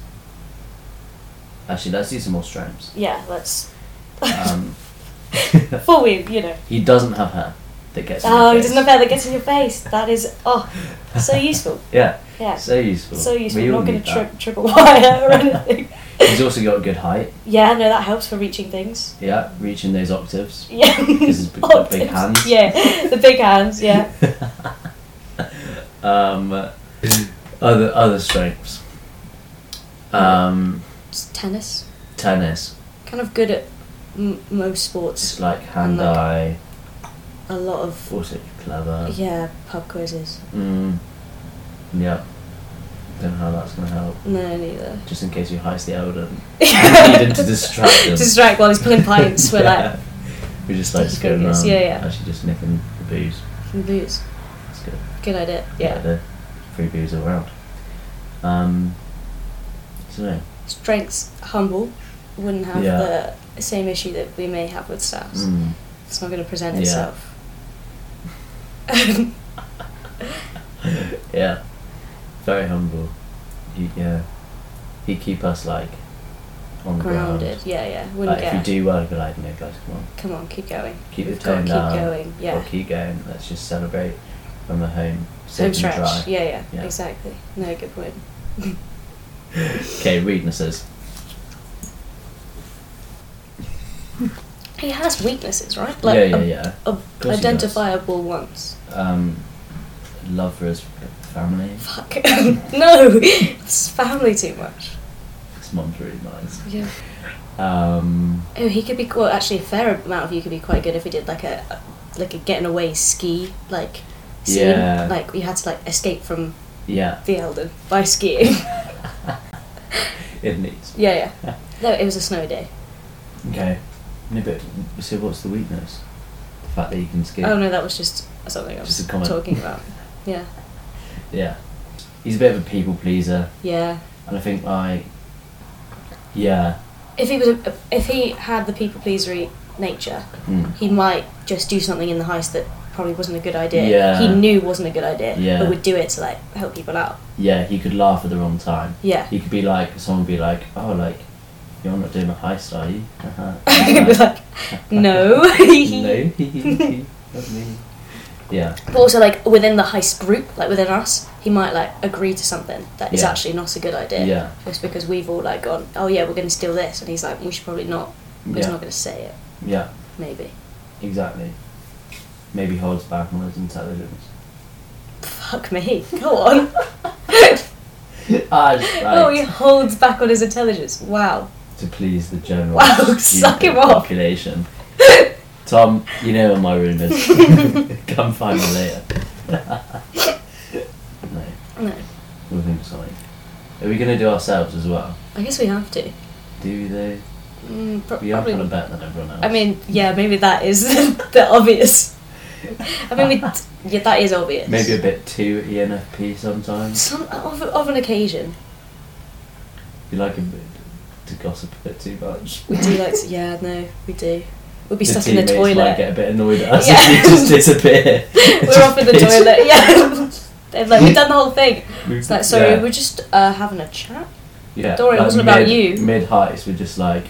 Speaker 2: Actually, let's do some more strengths.
Speaker 1: Yeah, let's.
Speaker 2: Um,
Speaker 1: Full we, you know.
Speaker 2: he doesn't have hair that gets. in your
Speaker 1: Oh, it
Speaker 2: face.
Speaker 1: doesn't matter that gets in your face. That is oh, so useful.
Speaker 2: Yeah,
Speaker 1: Yeah,
Speaker 2: so useful.
Speaker 1: so useful.
Speaker 2: We
Speaker 1: I'm
Speaker 2: all
Speaker 1: not gonna
Speaker 2: need that.
Speaker 1: tri- triple wire or anything.
Speaker 2: He's also got a good height.
Speaker 1: yeah, no, that helps for reaching things.
Speaker 2: Yeah, reaching those octaves.
Speaker 1: Yeah.
Speaker 2: This is big-
Speaker 1: Oh,
Speaker 2: big hands.
Speaker 1: Yeah, the big hands. Yeah.
Speaker 2: Um, other other strengths. Um,
Speaker 1: It's tennis.
Speaker 2: tennis.
Speaker 1: Kind of good at m- most sports.
Speaker 2: It's like hand
Speaker 1: Unlike-
Speaker 2: eye.
Speaker 1: A lot of
Speaker 2: Also clever.
Speaker 1: yeah pub quizzes.
Speaker 2: Mm, yeah. Don't know how that's gonna help.
Speaker 1: No, neither.
Speaker 2: Just in case you heist the elder. need him to distract him.
Speaker 1: Distract while he's pulling pints. We're like.
Speaker 2: Yeah. we just like just going
Speaker 1: Focus,
Speaker 2: around.
Speaker 1: yeah, yeah.
Speaker 2: Actually, just nipping the booze.
Speaker 1: From booze.
Speaker 2: It's good.
Speaker 1: Good idea. Yeah.
Speaker 2: the free booze all around. Um, so yeah,
Speaker 1: Strengths humble wouldn't have
Speaker 2: Yeah.
Speaker 1: the same issue that we may have with stouts.
Speaker 2: mm,
Speaker 1: It's not going to present
Speaker 2: Yeah.
Speaker 1: itself.
Speaker 2: yeah, very humble. He, yeah, he keep us like on the
Speaker 1: Grounded.
Speaker 2: ground.
Speaker 1: Yeah, yeah. Wouldn't
Speaker 2: Like
Speaker 1: get.
Speaker 2: if we do well, we'd be like, no guys, come on,
Speaker 1: Come on, keep going.
Speaker 2: keep
Speaker 1: We've
Speaker 2: the
Speaker 1: got to
Speaker 2: tone
Speaker 1: keep
Speaker 2: down.
Speaker 1: going. Yeah.
Speaker 2: Or keep going. Let's just celebrate from the home. safe
Speaker 1: Home
Speaker 2: and
Speaker 1: stretch.
Speaker 2: dry.
Speaker 1: Yeah, yeah,
Speaker 2: Yeah.
Speaker 1: Exactly. No good point.
Speaker 2: Okay, weaknesses.
Speaker 1: He has weaknesses, right?
Speaker 2: yeah,
Speaker 1: ob-
Speaker 2: yeah,
Speaker 1: ob-
Speaker 2: course he does.
Speaker 1: identifiable ones.
Speaker 2: yeah. Um, love for his family.
Speaker 1: Fuck. no! It's family too much.
Speaker 2: His mom's really nice.
Speaker 1: Yeah.
Speaker 2: Um,
Speaker 1: Oh, he could be well. Actually, a fair amount of you could be quite good if he did like a like a getting away ski like scene.
Speaker 2: Yeah.
Speaker 1: Like you had to like escape from
Speaker 2: yeah,
Speaker 1: the Elden by skiing.
Speaker 2: it needs.
Speaker 1: yeah, yeah. No, it was a snow day.
Speaker 2: Okay. No, but so what's the weakness? The fact that you can skip.
Speaker 1: Oh no, that was just something I was
Speaker 2: Just a comment.
Speaker 1: talking about. Yeah,
Speaker 2: Yeah. He's a bit of a people pleaser,
Speaker 1: yeah.
Speaker 2: and I think like, yeah,
Speaker 1: If he was a, if he had the people pleasery nature,
Speaker 2: mm,
Speaker 1: he might just do something in the heist that probably wasn't a good idea.
Speaker 2: Yeah.
Speaker 1: He knew wasn't a good idea,
Speaker 2: Yeah.
Speaker 1: but would do it to like help people out.
Speaker 2: yeah. He could laugh at the wrong time.
Speaker 1: Yeah.
Speaker 2: He could be like, someone would be like, oh, like, you're not doing a heist, are you?
Speaker 1: Be like, no.
Speaker 2: no, not me. Yeah.
Speaker 1: But also, like within the heist group, like within us, he might like agree to something that is
Speaker 2: Yeah.
Speaker 1: actually not a good idea.
Speaker 2: Yeah.
Speaker 1: Just because we've all like gone, oh yeah, we're going to steal this, and he's like, we should probably not. But He's
Speaker 2: Yeah.
Speaker 1: not going to say it,
Speaker 2: Yeah.
Speaker 1: maybe.
Speaker 2: Exactly. Maybe holds back on his intelligence.
Speaker 1: Fuck me. Go on.
Speaker 2: ah, just like,
Speaker 1: Oh, he holds back on his intelligence. Wow.
Speaker 2: to please the general
Speaker 1: Wow,
Speaker 2: stupid
Speaker 1: suck him off.
Speaker 2: population. Tom, you know where my room is. Come find me later. no,
Speaker 1: No,
Speaker 2: we'll think of something. Are we going to do ourselves as well?
Speaker 1: I guess we have to.
Speaker 2: Do they?
Speaker 1: Mm, pro-
Speaker 2: We are
Speaker 1: probably.
Speaker 2: kind of better than everyone else.
Speaker 1: I mean, yeah, maybe that is the obvious. I mean, we t- yeah, that is obvious.
Speaker 2: maybe a bit too E ENFP sometimes.
Speaker 1: Some, of, of an occasion,
Speaker 2: You like a bit to gossip a bit too much.
Speaker 1: we do like. To, yeah, no, we do. We'll be
Speaker 2: the
Speaker 1: stuck in the
Speaker 2: teammates
Speaker 1: toilet.
Speaker 2: might get a bit annoyed at us
Speaker 1: Yeah.
Speaker 2: if we just disappear.
Speaker 1: We're off in the toilet. Yeah. They're like, we've done the whole thing. It's like, sorry,
Speaker 2: Yeah.
Speaker 1: we're just uh, having a chat.
Speaker 2: Yeah,
Speaker 1: Don't worry, it wasn't about you.
Speaker 2: Mid heist, we're just like,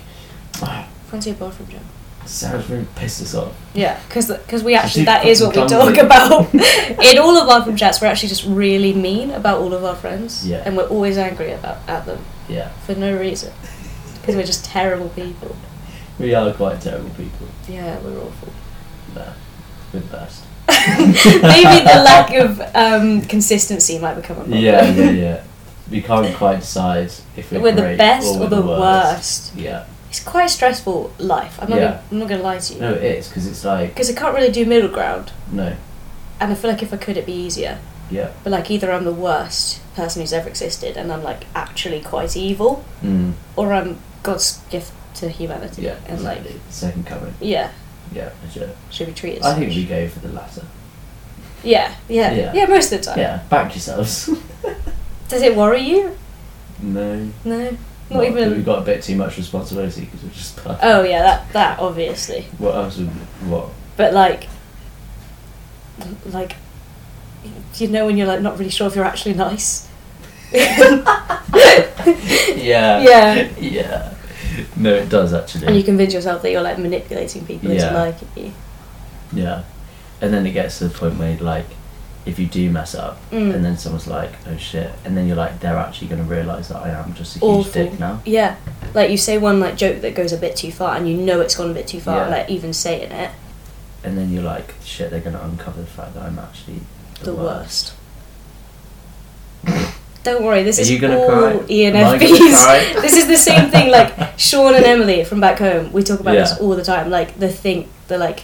Speaker 2: "Ah,
Speaker 1: Fancy a bathroom jump.
Speaker 2: Sarah's really pissed us off.
Speaker 1: Yeah, because we actually,
Speaker 2: She's
Speaker 1: that is what we
Speaker 2: fucking
Speaker 1: talk
Speaker 2: clumsy.
Speaker 1: about. in all of our group chats, we're actually just really mean about all of our friends.
Speaker 2: Yeah.
Speaker 1: And we're always angry about at them
Speaker 2: Yeah,
Speaker 1: for no reason. Because we're just terrible people.
Speaker 2: we are quite terrible people.
Speaker 1: Yeah, we're awful.
Speaker 2: No, we're the best.
Speaker 1: Maybe the lack of um, consistency might become a problem.
Speaker 2: Yeah, yeah, yeah. We can't quite decide if we're,
Speaker 1: We're the
Speaker 2: great
Speaker 1: best
Speaker 2: or,
Speaker 1: or
Speaker 2: we're
Speaker 1: the worst.
Speaker 2: worst. Yeah,
Speaker 1: It's quite a stressful life. I'm not,
Speaker 2: Yeah.
Speaker 1: gonna, I'm not gonna lie to you.
Speaker 2: no, it is because it's like
Speaker 1: Because I can't really do middle ground.
Speaker 2: no,
Speaker 1: And I feel like if I could, it'd be easier.
Speaker 2: yeah,
Speaker 1: But like, either I'm the worst person who's ever existed, and I'm like actually quite evil,
Speaker 2: mm,
Speaker 1: or I'm God's gift to humanity,
Speaker 2: yeah,
Speaker 1: and like,
Speaker 2: exactly. second coming.
Speaker 1: yeah,
Speaker 2: Yeah, for sure.
Speaker 1: should be treated.
Speaker 2: I
Speaker 1: as
Speaker 2: think
Speaker 1: such.
Speaker 2: we go for the latter.
Speaker 1: Yeah, yeah,
Speaker 2: Yeah.
Speaker 1: yeah, Most of the time.
Speaker 2: Yeah, back yourselves.
Speaker 1: Does it worry you?
Speaker 2: no,
Speaker 1: No. Not even-
Speaker 2: We've got a bit too much responsibility because we're just. Perfect.
Speaker 1: Oh yeah, that that obviously.
Speaker 2: What else would. What?
Speaker 1: But like, like, you know when you're like not really sure if you're actually nice.
Speaker 2: Yeah.
Speaker 1: Yeah.
Speaker 2: Yeah. No, it does actually.
Speaker 1: And you convince yourself that you're like manipulating people into
Speaker 2: Yeah.
Speaker 1: liking you.
Speaker 2: Yeah. And then it gets to the point where, like, if you do mess up,
Speaker 1: Mm.
Speaker 2: and then someone's like, oh shit, and then you're like, they're actually going to realise that I am just a huge
Speaker 1: Awful.
Speaker 2: dick now.
Speaker 1: Yeah, like you say one like joke that goes a bit too far, and you know it's gone a bit too far.
Speaker 2: Yeah.
Speaker 1: Like even saying it,
Speaker 2: And then you're like, shit, they're going to uncover the fact that I'm actually the,
Speaker 1: the, worst. Don't worry, this
Speaker 2: Are
Speaker 1: is
Speaker 2: you gonna
Speaker 1: all E
Speaker 2: cry? Am I gonna cry?
Speaker 1: ENFPs. this is the same thing. Like Sean and Emily from back home, we talk about this
Speaker 2: Yeah.
Speaker 1: all the time. Like the thing, the like,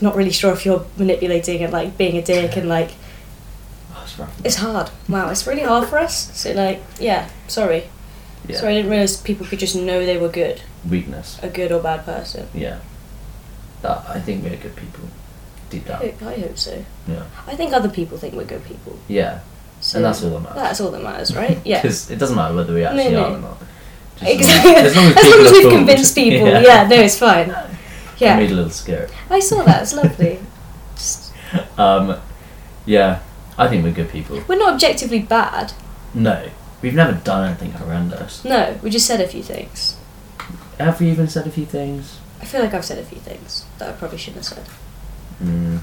Speaker 1: not really sure if you're manipulating and like being a dick and like
Speaker 2: Oh, it's rough.
Speaker 1: it's hard. Wow, it's really hard for us. So like, yeah, sorry,
Speaker 2: yeah.
Speaker 1: sorry, I didn't realize people could just know they were good,
Speaker 2: Weakness.
Speaker 1: a good or bad person.
Speaker 2: Yeah. That, I think we're good people. Deep
Speaker 1: I
Speaker 2: down.
Speaker 1: hope, I hope so.
Speaker 2: Yeah.
Speaker 1: I think other people think we're good people.
Speaker 2: Yeah.
Speaker 1: So
Speaker 2: And that's all that matters.
Speaker 1: that's all that matters, right? Yeah.
Speaker 2: Because it doesn't matter whether we actually
Speaker 1: no.
Speaker 2: are or not. Just
Speaker 1: Exactly.
Speaker 2: As long as, people are
Speaker 1: we've
Speaker 2: fooled.
Speaker 1: convinced people, yeah. no, it's fine.
Speaker 2: It made
Speaker 1: Yeah,
Speaker 2: a little scary.
Speaker 1: I saw that. It's lovely. Just,
Speaker 2: Um, yeah, I think we're good people.
Speaker 1: we're not objectively bad.
Speaker 2: No, we've never done anything horrendous.
Speaker 1: No, we just said a few things.
Speaker 2: Have we even said a few things?
Speaker 1: I feel like I've said a few things that I probably shouldn't have
Speaker 2: Mm.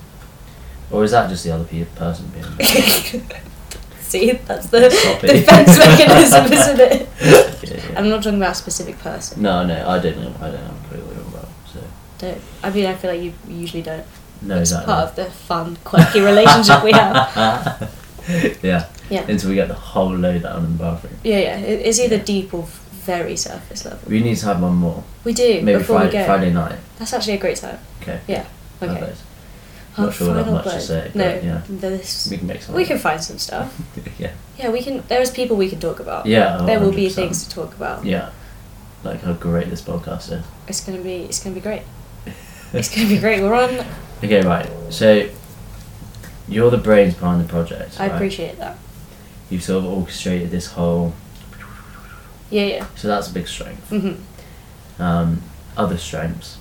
Speaker 2: Or is that just the other pe- person being? a bit-
Speaker 1: said. See, that's the
Speaker 2: Stop it.
Speaker 1: defense mechanism, isn't it?
Speaker 2: Yeah, yeah.
Speaker 1: I'm not talking about a specific person.
Speaker 2: No, no, I don't know. I don't know what you're talking about. So
Speaker 1: Don't. I mean, I feel like you you usually don't.
Speaker 2: no,
Speaker 1: it's
Speaker 2: exactly.
Speaker 1: part of the fun, quirky relationship we have.
Speaker 2: yeah.
Speaker 1: Yeah.
Speaker 2: Until we get the whole load out in the bathroom.
Speaker 1: Yeah, yeah. It- It's either
Speaker 2: Yeah.
Speaker 1: deep or very surface level.
Speaker 2: We need to have one more.
Speaker 1: We do
Speaker 2: Maybe
Speaker 1: before we
Speaker 2: Friday,
Speaker 1: go.
Speaker 2: Friday night.
Speaker 1: That's actually a great time.
Speaker 2: Okay.
Speaker 1: Yeah. Okay.
Speaker 2: Perfect.
Speaker 1: Our
Speaker 2: Not sure we'll have
Speaker 1: final
Speaker 2: much to
Speaker 1: blow.
Speaker 2: say,
Speaker 1: No.
Speaker 2: but yeah.
Speaker 1: This,
Speaker 2: We can make something.
Speaker 1: we can find some stuff.
Speaker 2: yeah.
Speaker 1: Yeah, we can. There's people we can talk about.
Speaker 2: Yeah.
Speaker 1: There will be
Speaker 2: 100%.
Speaker 1: things to talk about.
Speaker 2: Yeah. Like how great this podcast is.
Speaker 1: It's gonna be. It's gonna be great. It's gonna be great. We're on.
Speaker 2: Okay, right. So you're the brains behind the project.
Speaker 1: I
Speaker 2: right?
Speaker 1: appreciate that.
Speaker 2: You've sort of orchestrated this whole.
Speaker 1: Yeah, yeah.
Speaker 2: So that's a big strength.
Speaker 1: hmm
Speaker 2: Um, other strengths,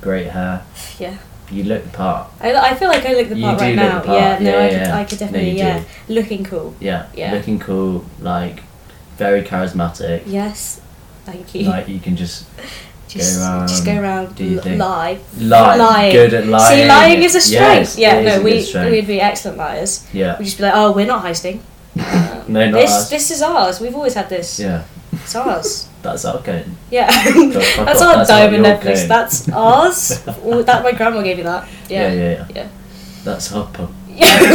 Speaker 2: great hair.
Speaker 1: Yeah.
Speaker 2: You look the part.
Speaker 1: I, I feel like I look the
Speaker 2: You
Speaker 1: part
Speaker 2: do
Speaker 1: right
Speaker 2: look
Speaker 1: now.
Speaker 2: the part.
Speaker 1: Yeah. No,
Speaker 2: Yeah,
Speaker 1: I,
Speaker 2: yeah,
Speaker 1: Could, I
Speaker 2: yeah.
Speaker 1: could
Speaker 2: No,
Speaker 1: definitely.
Speaker 2: you
Speaker 1: yeah.
Speaker 2: do.
Speaker 1: Looking cool.
Speaker 2: Yeah.
Speaker 1: Yeah.
Speaker 2: Looking cool. Like very charismatic.
Speaker 1: Yes. Thank you.
Speaker 2: Like you can just
Speaker 1: just,
Speaker 2: go
Speaker 1: just go
Speaker 2: around,
Speaker 1: around.
Speaker 2: do your
Speaker 1: l-
Speaker 2: thing.
Speaker 1: lie.
Speaker 2: lie.
Speaker 1: Lying.
Speaker 2: Good at lying.
Speaker 1: See, lying is a
Speaker 2: Yes,
Speaker 1: strength. yeah,
Speaker 2: it is
Speaker 1: no,
Speaker 2: a
Speaker 1: we
Speaker 2: good strength.
Speaker 1: we'd be excellent liars.
Speaker 2: yeah.
Speaker 1: We'd just be like, oh, we're not heisting. Um,
Speaker 2: No, not
Speaker 1: this
Speaker 2: us.
Speaker 1: this is ours. We've always had this.
Speaker 2: Yeah.
Speaker 1: It's ours.
Speaker 2: That's our code.
Speaker 1: Yeah,
Speaker 2: fuck
Speaker 1: that's
Speaker 2: off,
Speaker 1: our
Speaker 2: that's
Speaker 1: diamond
Speaker 2: not your
Speaker 1: necklace.
Speaker 2: game.
Speaker 1: That's ours. Oh, that my grandma gave me that.
Speaker 2: Yeah.
Speaker 1: Yeah,
Speaker 2: Yeah. Yeah.
Speaker 1: Yeah.
Speaker 2: That's our pub.
Speaker 1: that's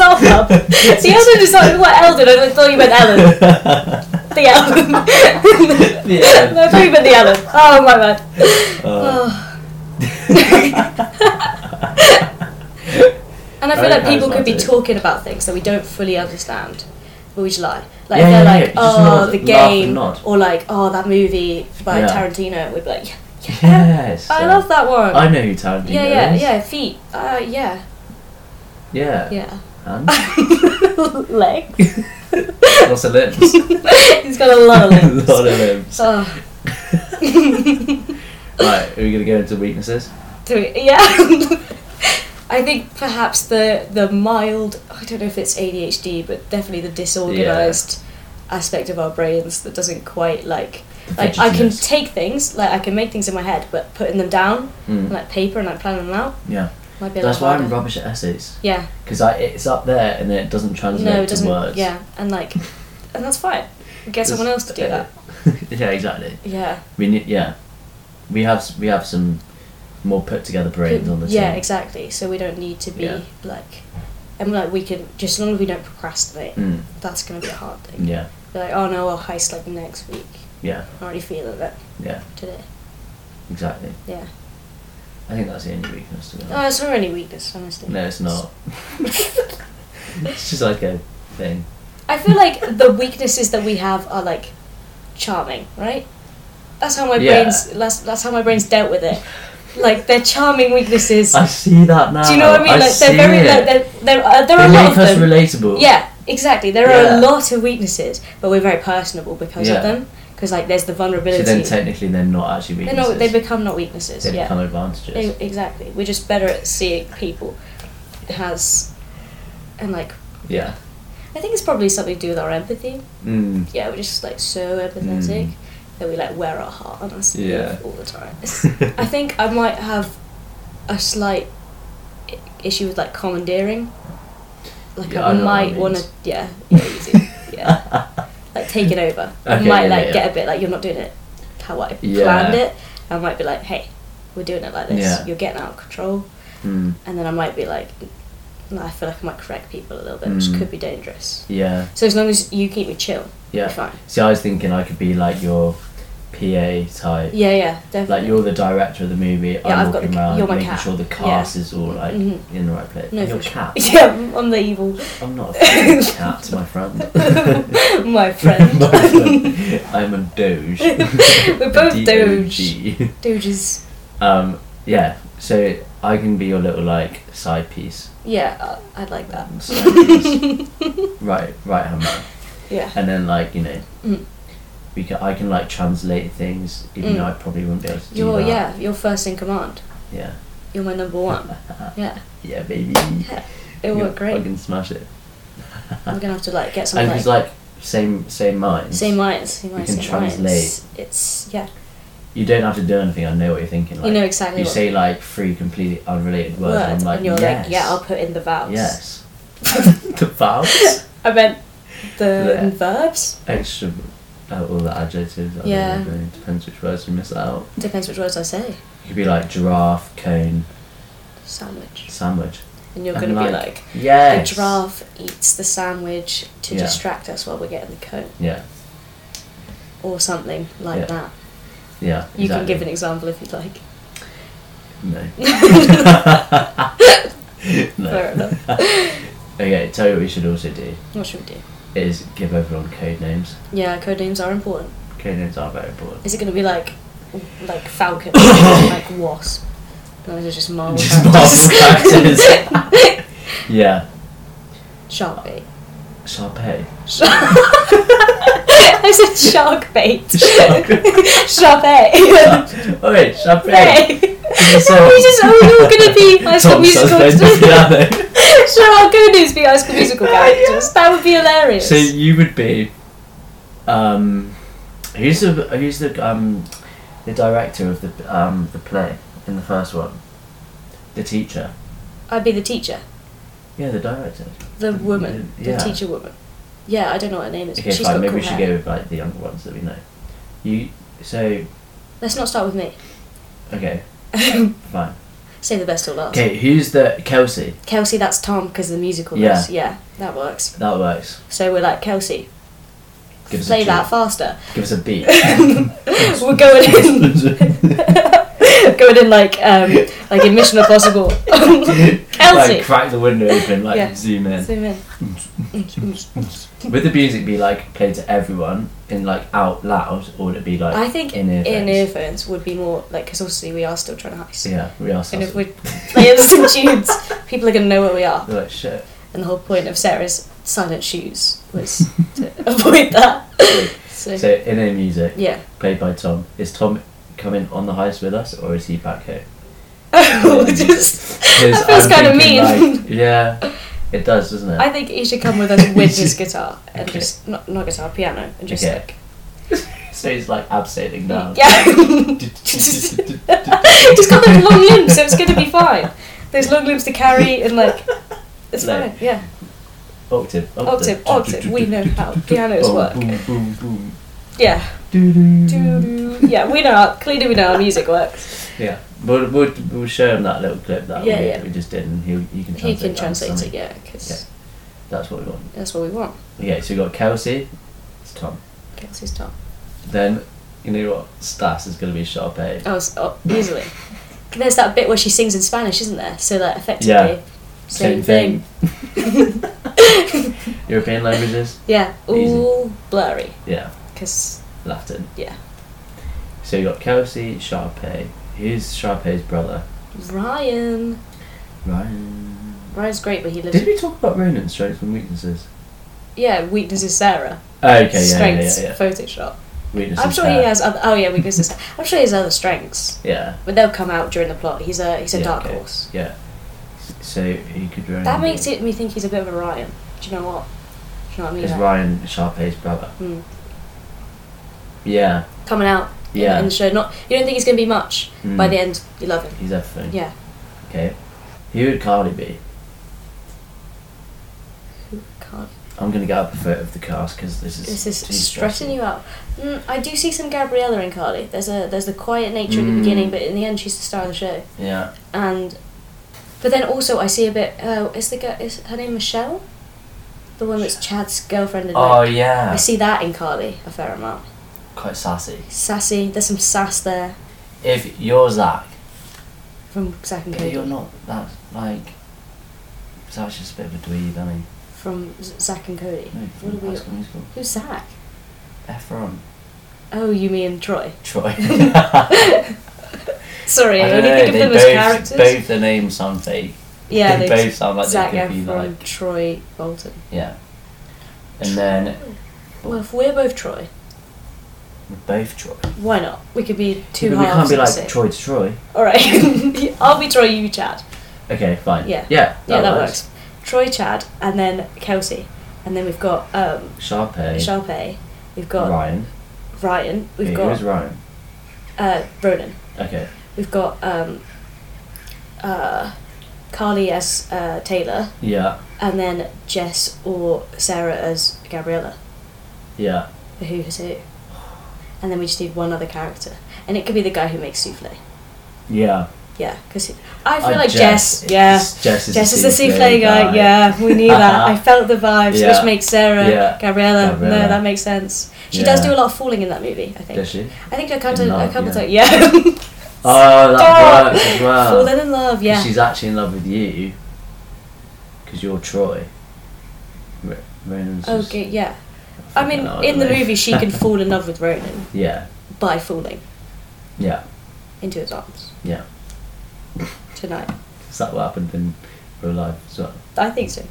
Speaker 1: our pub. The other is like what Eldon? I thought you meant Ellen. The Ellen.
Speaker 2: The Ellen.
Speaker 1: no, I thought you meant the Ellen. Oh my bad.
Speaker 2: Oh.
Speaker 1: And I feel
Speaker 2: Very
Speaker 1: like people could be
Speaker 2: charismatic.
Speaker 1: talking about things that we don't fully understand, but we just lie. Like
Speaker 2: Yeah,
Speaker 1: if they're
Speaker 2: yeah, yeah,
Speaker 1: like,
Speaker 2: you just
Speaker 1: oh, the
Speaker 2: nod, laugh and
Speaker 1: game,
Speaker 2: nod.
Speaker 1: or like, oh, that movie by
Speaker 2: Yeah.
Speaker 1: Tarantino. We'd be like, yeah,
Speaker 2: yes.
Speaker 1: I love that one.
Speaker 2: I know who Tarantino
Speaker 1: yeah, yeah,
Speaker 2: is.
Speaker 1: yeah. Feet. Uh, yeah,
Speaker 2: Yeah.
Speaker 1: yeah.
Speaker 2: And
Speaker 1: Leg.
Speaker 2: lots of limbs.
Speaker 1: He's got a lot of
Speaker 2: a
Speaker 1: limbs.
Speaker 2: lot of limbs.
Speaker 1: oh,
Speaker 2: Right, are we gonna go into weaknesses?
Speaker 1: do we- yeah. I think perhaps the the mild. I don't know if it's ADHD, but definitely the disorganized aspect of our brains that doesn't quite like.
Speaker 2: The
Speaker 1: like I can
Speaker 2: fidgetiness.
Speaker 1: take things, like I can make things in my head, but putting them down,
Speaker 2: Mm,
Speaker 1: like paper and like planning them out,
Speaker 2: yeah,
Speaker 1: might be a
Speaker 2: that's
Speaker 1: lot
Speaker 2: why
Speaker 1: harder.
Speaker 2: I'm rubbish at essays
Speaker 1: yeah,
Speaker 2: because I it's up there and then it doesn't translate
Speaker 1: no, it doesn't.
Speaker 2: to words.
Speaker 1: Yeah, and like, and that's fine. Get someone else to do that.
Speaker 2: yeah, exactly.
Speaker 1: Yeah,
Speaker 2: We need yeah, we have s- we have some more put together brains on the
Speaker 1: yeah,
Speaker 2: team.
Speaker 1: exactly. So we don't need to be
Speaker 2: Yeah.
Speaker 1: like, and like we can just as long as we don't procrastinate,
Speaker 2: Mm,
Speaker 1: that's gonna be a hard thing.
Speaker 2: yeah,
Speaker 1: Be like, oh no, I'll heist like next week.
Speaker 2: yeah,
Speaker 1: I'm already feeling it
Speaker 2: yeah,
Speaker 1: today.
Speaker 2: exactly.
Speaker 1: Yeah,
Speaker 2: I think that's the only weakness to be
Speaker 1: oh,
Speaker 2: honest.
Speaker 1: it's not really weakness, honestly.
Speaker 2: No, it's not. it's just like a thing.
Speaker 1: I feel like the weaknesses that we have are like charming, right? That's how my
Speaker 2: Yeah.
Speaker 1: brain's that's, that's how my brain's dealt with it. Like they're charming weaknesses.
Speaker 2: I see that now.
Speaker 1: Do you know what I mean? like
Speaker 2: see
Speaker 1: they're very
Speaker 2: it.
Speaker 1: like they're, they're, uh, there
Speaker 2: they
Speaker 1: are a lot
Speaker 2: make
Speaker 1: of
Speaker 2: us
Speaker 1: them.
Speaker 2: relatable.
Speaker 1: Yeah, Exactly. There are a
Speaker 2: Yeah.
Speaker 1: lot of weaknesses, but we're very personable because
Speaker 2: Yeah.
Speaker 1: of them. Because like, there's the
Speaker 2: So
Speaker 1: vulnerability.
Speaker 2: then technically they're not actually
Speaker 1: They're
Speaker 2: weaknesses.
Speaker 1: not. They become not weaknesses.
Speaker 2: They
Speaker 1: yeah.
Speaker 2: become advantages.
Speaker 1: E- exactly. We're just better at seeing people as, and like,
Speaker 2: yeah.
Speaker 1: I think it's probably something to do with our empathy.
Speaker 2: Mm.
Speaker 1: Yeah, we're just like so empathetic
Speaker 2: Mm.
Speaker 1: that we like wear our heart on our sleeve
Speaker 2: Yeah.
Speaker 1: all the time. It's- I think I might have a slight i- issue with like commandeering. Like
Speaker 2: Yeah,
Speaker 1: I,
Speaker 2: I know what that
Speaker 1: might want to,
Speaker 2: means.
Speaker 1: yeah, yeah, you do, yeah, like take it over. I
Speaker 2: Okay,
Speaker 1: might
Speaker 2: yeah,
Speaker 1: like
Speaker 2: yeah.
Speaker 1: get a bit like you're not doing it how I
Speaker 2: Yeah.
Speaker 1: planned it. I might be like, hey, we're doing it like this.
Speaker 2: Yeah.
Speaker 1: You're getting out of control,
Speaker 2: Mm.
Speaker 1: and then I might be like, no, I feel like I might correct people a little bit, which
Speaker 2: Mm.
Speaker 1: could be dangerous.
Speaker 2: Yeah.
Speaker 1: So as long as you keep me chill,
Speaker 2: Yeah.
Speaker 1: you're fine.
Speaker 2: See, I was thinking I could be like your PA type.
Speaker 1: Yeah, yeah, definitely.
Speaker 2: Like you're the director of the movie. I'm
Speaker 1: I've got
Speaker 2: walking
Speaker 1: the ca-
Speaker 2: around
Speaker 1: you're my
Speaker 2: making
Speaker 1: cat.
Speaker 2: sure the
Speaker 1: Yeah.
Speaker 2: cast is all like
Speaker 1: Mhm.
Speaker 2: in the right place.
Speaker 1: No,
Speaker 2: And your
Speaker 1: for
Speaker 2: cat.
Speaker 1: yeah, I'm the evil,
Speaker 2: I'm not a fucking cat to my friend.
Speaker 1: my friend.
Speaker 2: My friend. I'm a doge.
Speaker 1: We're both doge.
Speaker 2: D-O-G.
Speaker 1: Doges.
Speaker 2: E Um, yeah. So I can be your little like side piece.
Speaker 1: Yeah, I- I'd like that.
Speaker 2: Side piece. right, right hand man.
Speaker 1: Yeah.
Speaker 2: And then like you know,
Speaker 1: Mm.
Speaker 2: we can, I can like translate things, even
Speaker 1: Mm.
Speaker 2: though I probably wouldn't be able to do
Speaker 1: You're
Speaker 2: that.
Speaker 1: yeah, you're first in command.
Speaker 2: Yeah.
Speaker 1: You're my number one. Yeah,
Speaker 2: Yeah, baby.
Speaker 1: it'll
Speaker 2: Yeah,
Speaker 1: work great.
Speaker 2: Fucking smash it.
Speaker 1: We're gonna have to like get some
Speaker 2: and
Speaker 1: like,
Speaker 2: it's like same same minds.
Speaker 1: same minds, same minds,
Speaker 2: can
Speaker 1: same minds.
Speaker 2: translate.
Speaker 1: It's yeah,
Speaker 2: You don't have to do anything. I know what you're thinking. Like,
Speaker 1: you know exactly
Speaker 2: you
Speaker 1: what
Speaker 2: say like three completely unrelated words. and
Speaker 1: word,
Speaker 2: I'm like,
Speaker 1: and you're
Speaker 2: yes,
Speaker 1: like, yeah, I'll put in the vowels.
Speaker 2: yes. the vowels,
Speaker 1: I meant the
Speaker 2: Yeah.
Speaker 1: verbs.
Speaker 2: extra, uh, all the adjectives. I don't
Speaker 1: Yeah.
Speaker 2: know, it depends which words we miss out.
Speaker 1: Depends which words I say.
Speaker 2: You could be like giraffe, cone,
Speaker 1: Sandwich,
Speaker 2: sandwich.
Speaker 1: and you're
Speaker 2: And
Speaker 1: gonna be
Speaker 2: like-
Speaker 1: like,
Speaker 2: Yes.
Speaker 1: the giraffe eats the sandwich to
Speaker 2: Yeah.
Speaker 1: distract us while we're getting the cone,
Speaker 2: Yeah,
Speaker 1: or something like
Speaker 2: Yeah.
Speaker 1: that.
Speaker 2: yeah.
Speaker 1: You can
Speaker 2: exactly.
Speaker 1: give an example if you'd like.
Speaker 2: No.
Speaker 1: Fair
Speaker 2: no.
Speaker 1: enough.
Speaker 2: Okay, tell you what we should also do
Speaker 1: What should we do?
Speaker 2: is give everyone code names.
Speaker 1: Yeah, code names are important.
Speaker 2: Code names are very important.
Speaker 1: Is it going to be like like Falcon, like Wasp? No, those are just Marvel
Speaker 2: Just
Speaker 1: characters.
Speaker 2: Marvel characters. yeah.
Speaker 1: shark bait.
Speaker 2: Sharpay.
Speaker 1: I said shark bait.
Speaker 2: Shark.
Speaker 1: Shark bait.
Speaker 2: Alright, Sharpay.
Speaker 1: Hey. We just oh, you're going to be High School
Speaker 2: Tom
Speaker 1: Musical.
Speaker 2: Suspect the piano.
Speaker 1: Shark Goonies be High School Musical
Speaker 2: Oh, yeah.
Speaker 1: characters. That would be hilarious.
Speaker 2: So you would be, um, who's the who's the um, the director of the um the play in the first one, the teacher.
Speaker 1: I'd be the teacher,
Speaker 2: Yeah, the director.
Speaker 1: the woman, the
Speaker 2: Yeah.
Speaker 1: teacher woman. Yeah, I don't know what her name is. but
Speaker 2: Okay,
Speaker 1: She's
Speaker 2: fine.
Speaker 1: got
Speaker 2: Maybe
Speaker 1: cool
Speaker 2: we should
Speaker 1: hair.
Speaker 2: go with like the younger ones that we know. You so
Speaker 1: Let's not start with me.
Speaker 2: okay, fine.
Speaker 1: Say the best till last.
Speaker 2: Okay, who's the Kelsey?
Speaker 1: Kelsey, that's Tom because the musical.
Speaker 2: Yeah.
Speaker 1: is. yeah, that works.
Speaker 2: That works.
Speaker 1: So we're like, Kelsey,
Speaker 2: Give us
Speaker 1: play
Speaker 2: a tune.
Speaker 1: that faster.
Speaker 2: Give us a beat.
Speaker 1: We're going in, going in like, um, like in Mission Impossible. Kelsey.
Speaker 2: Like crack the window open, like
Speaker 1: Yeah.
Speaker 2: zoom in.
Speaker 1: Zoom in.
Speaker 2: Would the music be like played to everyone in like out loud, or would it be like
Speaker 1: I think
Speaker 2: in earphones?
Speaker 1: in earphones would be more like because obviously we are still trying to heist.
Speaker 2: Yeah, we are.
Speaker 1: And if
Speaker 2: Sausage.
Speaker 1: we're playing some tunes, people are gonna know where we are.
Speaker 2: They're like shit.
Speaker 1: And the whole point of Sarah's silent shoes was to avoid that. So,
Speaker 2: So in ear music
Speaker 1: yeah.
Speaker 2: played by Tom. Is Tom coming on the heist with us, or is he back here?
Speaker 1: just,
Speaker 2: That
Speaker 1: feels kinda mean.
Speaker 2: Like, yeah, it does, doesn't it?
Speaker 1: I think he should come with us with his guitar and
Speaker 2: Okay.
Speaker 1: just not not guitar, piano, and just
Speaker 2: Okay.
Speaker 1: like
Speaker 2: so he's like abseiling now.
Speaker 1: Yeah. He's got those long limbs, so it's going to be fine. Those long limbs to carry and like. It's
Speaker 2: No.
Speaker 1: fine, yeah.
Speaker 2: Octave,
Speaker 1: Octave,
Speaker 2: octave,
Speaker 1: octave. We know how pianos
Speaker 2: Boom,
Speaker 1: work.
Speaker 2: Boom, boom, boom.
Speaker 1: Yeah.
Speaker 2: Doo-doo.
Speaker 1: Doo-doo. Yeah, we know how, clearly we know how music works.
Speaker 2: Yeah, we'll, we'll, we'll show him that little clip that
Speaker 1: Yeah,
Speaker 2: we,
Speaker 1: yeah.
Speaker 2: we just did, and he'll, you can
Speaker 1: He
Speaker 2: translate
Speaker 1: can
Speaker 2: that
Speaker 1: translate
Speaker 2: something.
Speaker 1: it, yeah, because
Speaker 2: That's what we want.
Speaker 1: that's what we want.
Speaker 2: Okay, so we got Kelsey, it's Tom.
Speaker 1: Kelsey's top.
Speaker 2: Then, you know what? Stas is going to be Sharpay.
Speaker 1: Oh, s- oh, easily. There's that bit where she sings in Spanish, isn't there? So, like, effectively,
Speaker 2: Yeah.
Speaker 1: same, thing.
Speaker 2: European languages?
Speaker 1: Yeah,
Speaker 2: Easy.
Speaker 1: all blurry.
Speaker 2: Yeah,
Speaker 1: Because,
Speaker 2: Latin.
Speaker 1: yeah.
Speaker 2: So you got Kelsey, Sharpay. Who's Sharpay's brother?
Speaker 1: Ryan.
Speaker 2: Ryan.
Speaker 1: Ryan's great, but he lives.
Speaker 2: Did we talk about Ronan's strengths and weaknesses?
Speaker 1: yeah, weakness is Sarah.
Speaker 2: Oh, okay, yeah, yeah,
Speaker 1: Strengths,
Speaker 2: yeah, yeah.
Speaker 1: Photoshop.
Speaker 2: Weakness
Speaker 1: I'm
Speaker 2: is
Speaker 1: sure
Speaker 2: there.
Speaker 1: he has other. Oh yeah, weakness is. I'm sure he has other strengths,
Speaker 2: Yeah,
Speaker 1: but they'll come out during the plot. He's a he's a
Speaker 2: Yeah,
Speaker 1: dark
Speaker 2: okay.
Speaker 1: horse.
Speaker 2: yeah. So he could. Really
Speaker 1: That
Speaker 2: be-
Speaker 1: makes it me think he's a bit of a Ryan. Do you know what? Do you know what I mean?
Speaker 2: Is
Speaker 1: Like,
Speaker 2: Ryan Sharpay's brother?
Speaker 1: mm,
Speaker 2: Yeah,
Speaker 1: coming out in-
Speaker 2: yeah.
Speaker 1: in the show. Not you don't think he's gonna be much.
Speaker 2: Mm.
Speaker 1: By the end, you love him.
Speaker 2: He's everything.
Speaker 1: Yeah.
Speaker 2: Okay. Who would Carly be?
Speaker 1: Can't.
Speaker 2: I'm gonna get up a photo of the cast because this is
Speaker 1: This is
Speaker 2: too
Speaker 1: stressing you out. Mm, I do see some Gabriella in Carly. There's a there's the quiet nature at the
Speaker 2: Mm.
Speaker 1: beginning, but in the end, she's the star of the show.
Speaker 2: Yeah.
Speaker 1: and but then also I see a bit. Oh, is the girl? Is her name Michelle? The one that's Chad's girlfriend. And
Speaker 2: Oh
Speaker 1: Nick.
Speaker 2: yeah.
Speaker 1: I see that in Carly a fair amount.
Speaker 2: Quite sassy.
Speaker 1: Sassy. There's some sass there
Speaker 2: If you're Zach,
Speaker 1: from Zack and
Speaker 2: but
Speaker 1: Cody.
Speaker 2: you're not that like. Zach's just a bit of a dweeb. I mean,
Speaker 1: From Z- Zack and Cody.
Speaker 2: no,
Speaker 1: What
Speaker 2: from
Speaker 1: are
Speaker 2: High
Speaker 1: we?
Speaker 2: School Musical.
Speaker 1: Who's Zack?
Speaker 2: Efron,
Speaker 1: Oh, you mean Troy?
Speaker 2: Troy. I
Speaker 1: Sorry, I,
Speaker 2: don't
Speaker 1: only
Speaker 2: know.
Speaker 1: think of
Speaker 2: They
Speaker 1: them
Speaker 2: both,
Speaker 1: as characters.
Speaker 2: both the names sound fake.
Speaker 1: yeah,
Speaker 2: they,
Speaker 1: they,
Speaker 2: both sound like
Speaker 1: Zac
Speaker 2: they could be
Speaker 1: Efron,
Speaker 2: like
Speaker 1: Troy Bolton.
Speaker 2: yeah. And then
Speaker 1: Well, if we're both Troy,
Speaker 2: we're both Troy.
Speaker 1: why not? We could be two
Speaker 2: But we can't
Speaker 1: halves.
Speaker 2: be like
Speaker 1: of the same.
Speaker 2: Troy to Troy.
Speaker 1: All right, I'll be Troy. You be Chad.
Speaker 2: Okay, fine.
Speaker 1: Yeah.
Speaker 2: Yeah.
Speaker 1: yeah, that works. Troy Chad, and then Kelsey, and then we've got um,
Speaker 2: Sharpay.
Speaker 1: Sharpay, we've got
Speaker 2: Ryan.
Speaker 1: Ryan, we've
Speaker 2: Who-
Speaker 1: got
Speaker 2: Who's Ryan?
Speaker 1: uh, Ronan,
Speaker 2: Okay.
Speaker 1: we've got um, uh, Carly as uh, Taylor,
Speaker 2: Yeah.
Speaker 1: and then Jess or Sarah as Gabriella.
Speaker 2: Yeah.
Speaker 1: The who is who, and then we just need one other character, and it could be the guy who makes souffle.
Speaker 2: Yeah.
Speaker 1: Yeah, because I feel
Speaker 2: Uh,
Speaker 1: like Jess. yeah.
Speaker 2: Jess- Jess is
Speaker 1: Jess
Speaker 2: the
Speaker 1: is the
Speaker 2: souffle
Speaker 1: souffle guy. Yeah, we knew that. I felt the vibes,
Speaker 2: Yeah.
Speaker 1: which makes Sarah,
Speaker 2: Yeah.
Speaker 1: Gabriella.
Speaker 2: Gabriella.
Speaker 1: No, that makes sense. She does
Speaker 2: Yeah.
Speaker 1: do a lot of falling in that movie. I think.
Speaker 2: Does she?
Speaker 1: I think a couple,
Speaker 2: In
Speaker 1: a
Speaker 2: love,
Speaker 1: couple
Speaker 2: yeah.
Speaker 1: times. Yeah.
Speaker 2: Oh, that
Speaker 1: Stop!
Speaker 2: works as well.
Speaker 1: falling in love. Yeah.
Speaker 2: She's actually in love with you because you're Troy. R- Ronan's just-
Speaker 1: okay. Yeah. I mean,
Speaker 2: No, I
Speaker 1: in the
Speaker 2: don't know.
Speaker 1: movie, she can fall in love with Ronan
Speaker 2: Yeah.
Speaker 1: by falling
Speaker 2: Yeah.
Speaker 1: into his arms
Speaker 2: Yeah.
Speaker 1: tonight.
Speaker 2: Is that what happened in real life as well?
Speaker 1: I think so.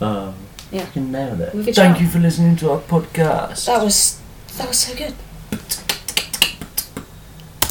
Speaker 2: Um,
Speaker 1: Yeah.
Speaker 2: You nailed it.
Speaker 1: With a
Speaker 2: Thank
Speaker 1: charm.
Speaker 2: you for listening to our podcast.
Speaker 1: That was that was so good.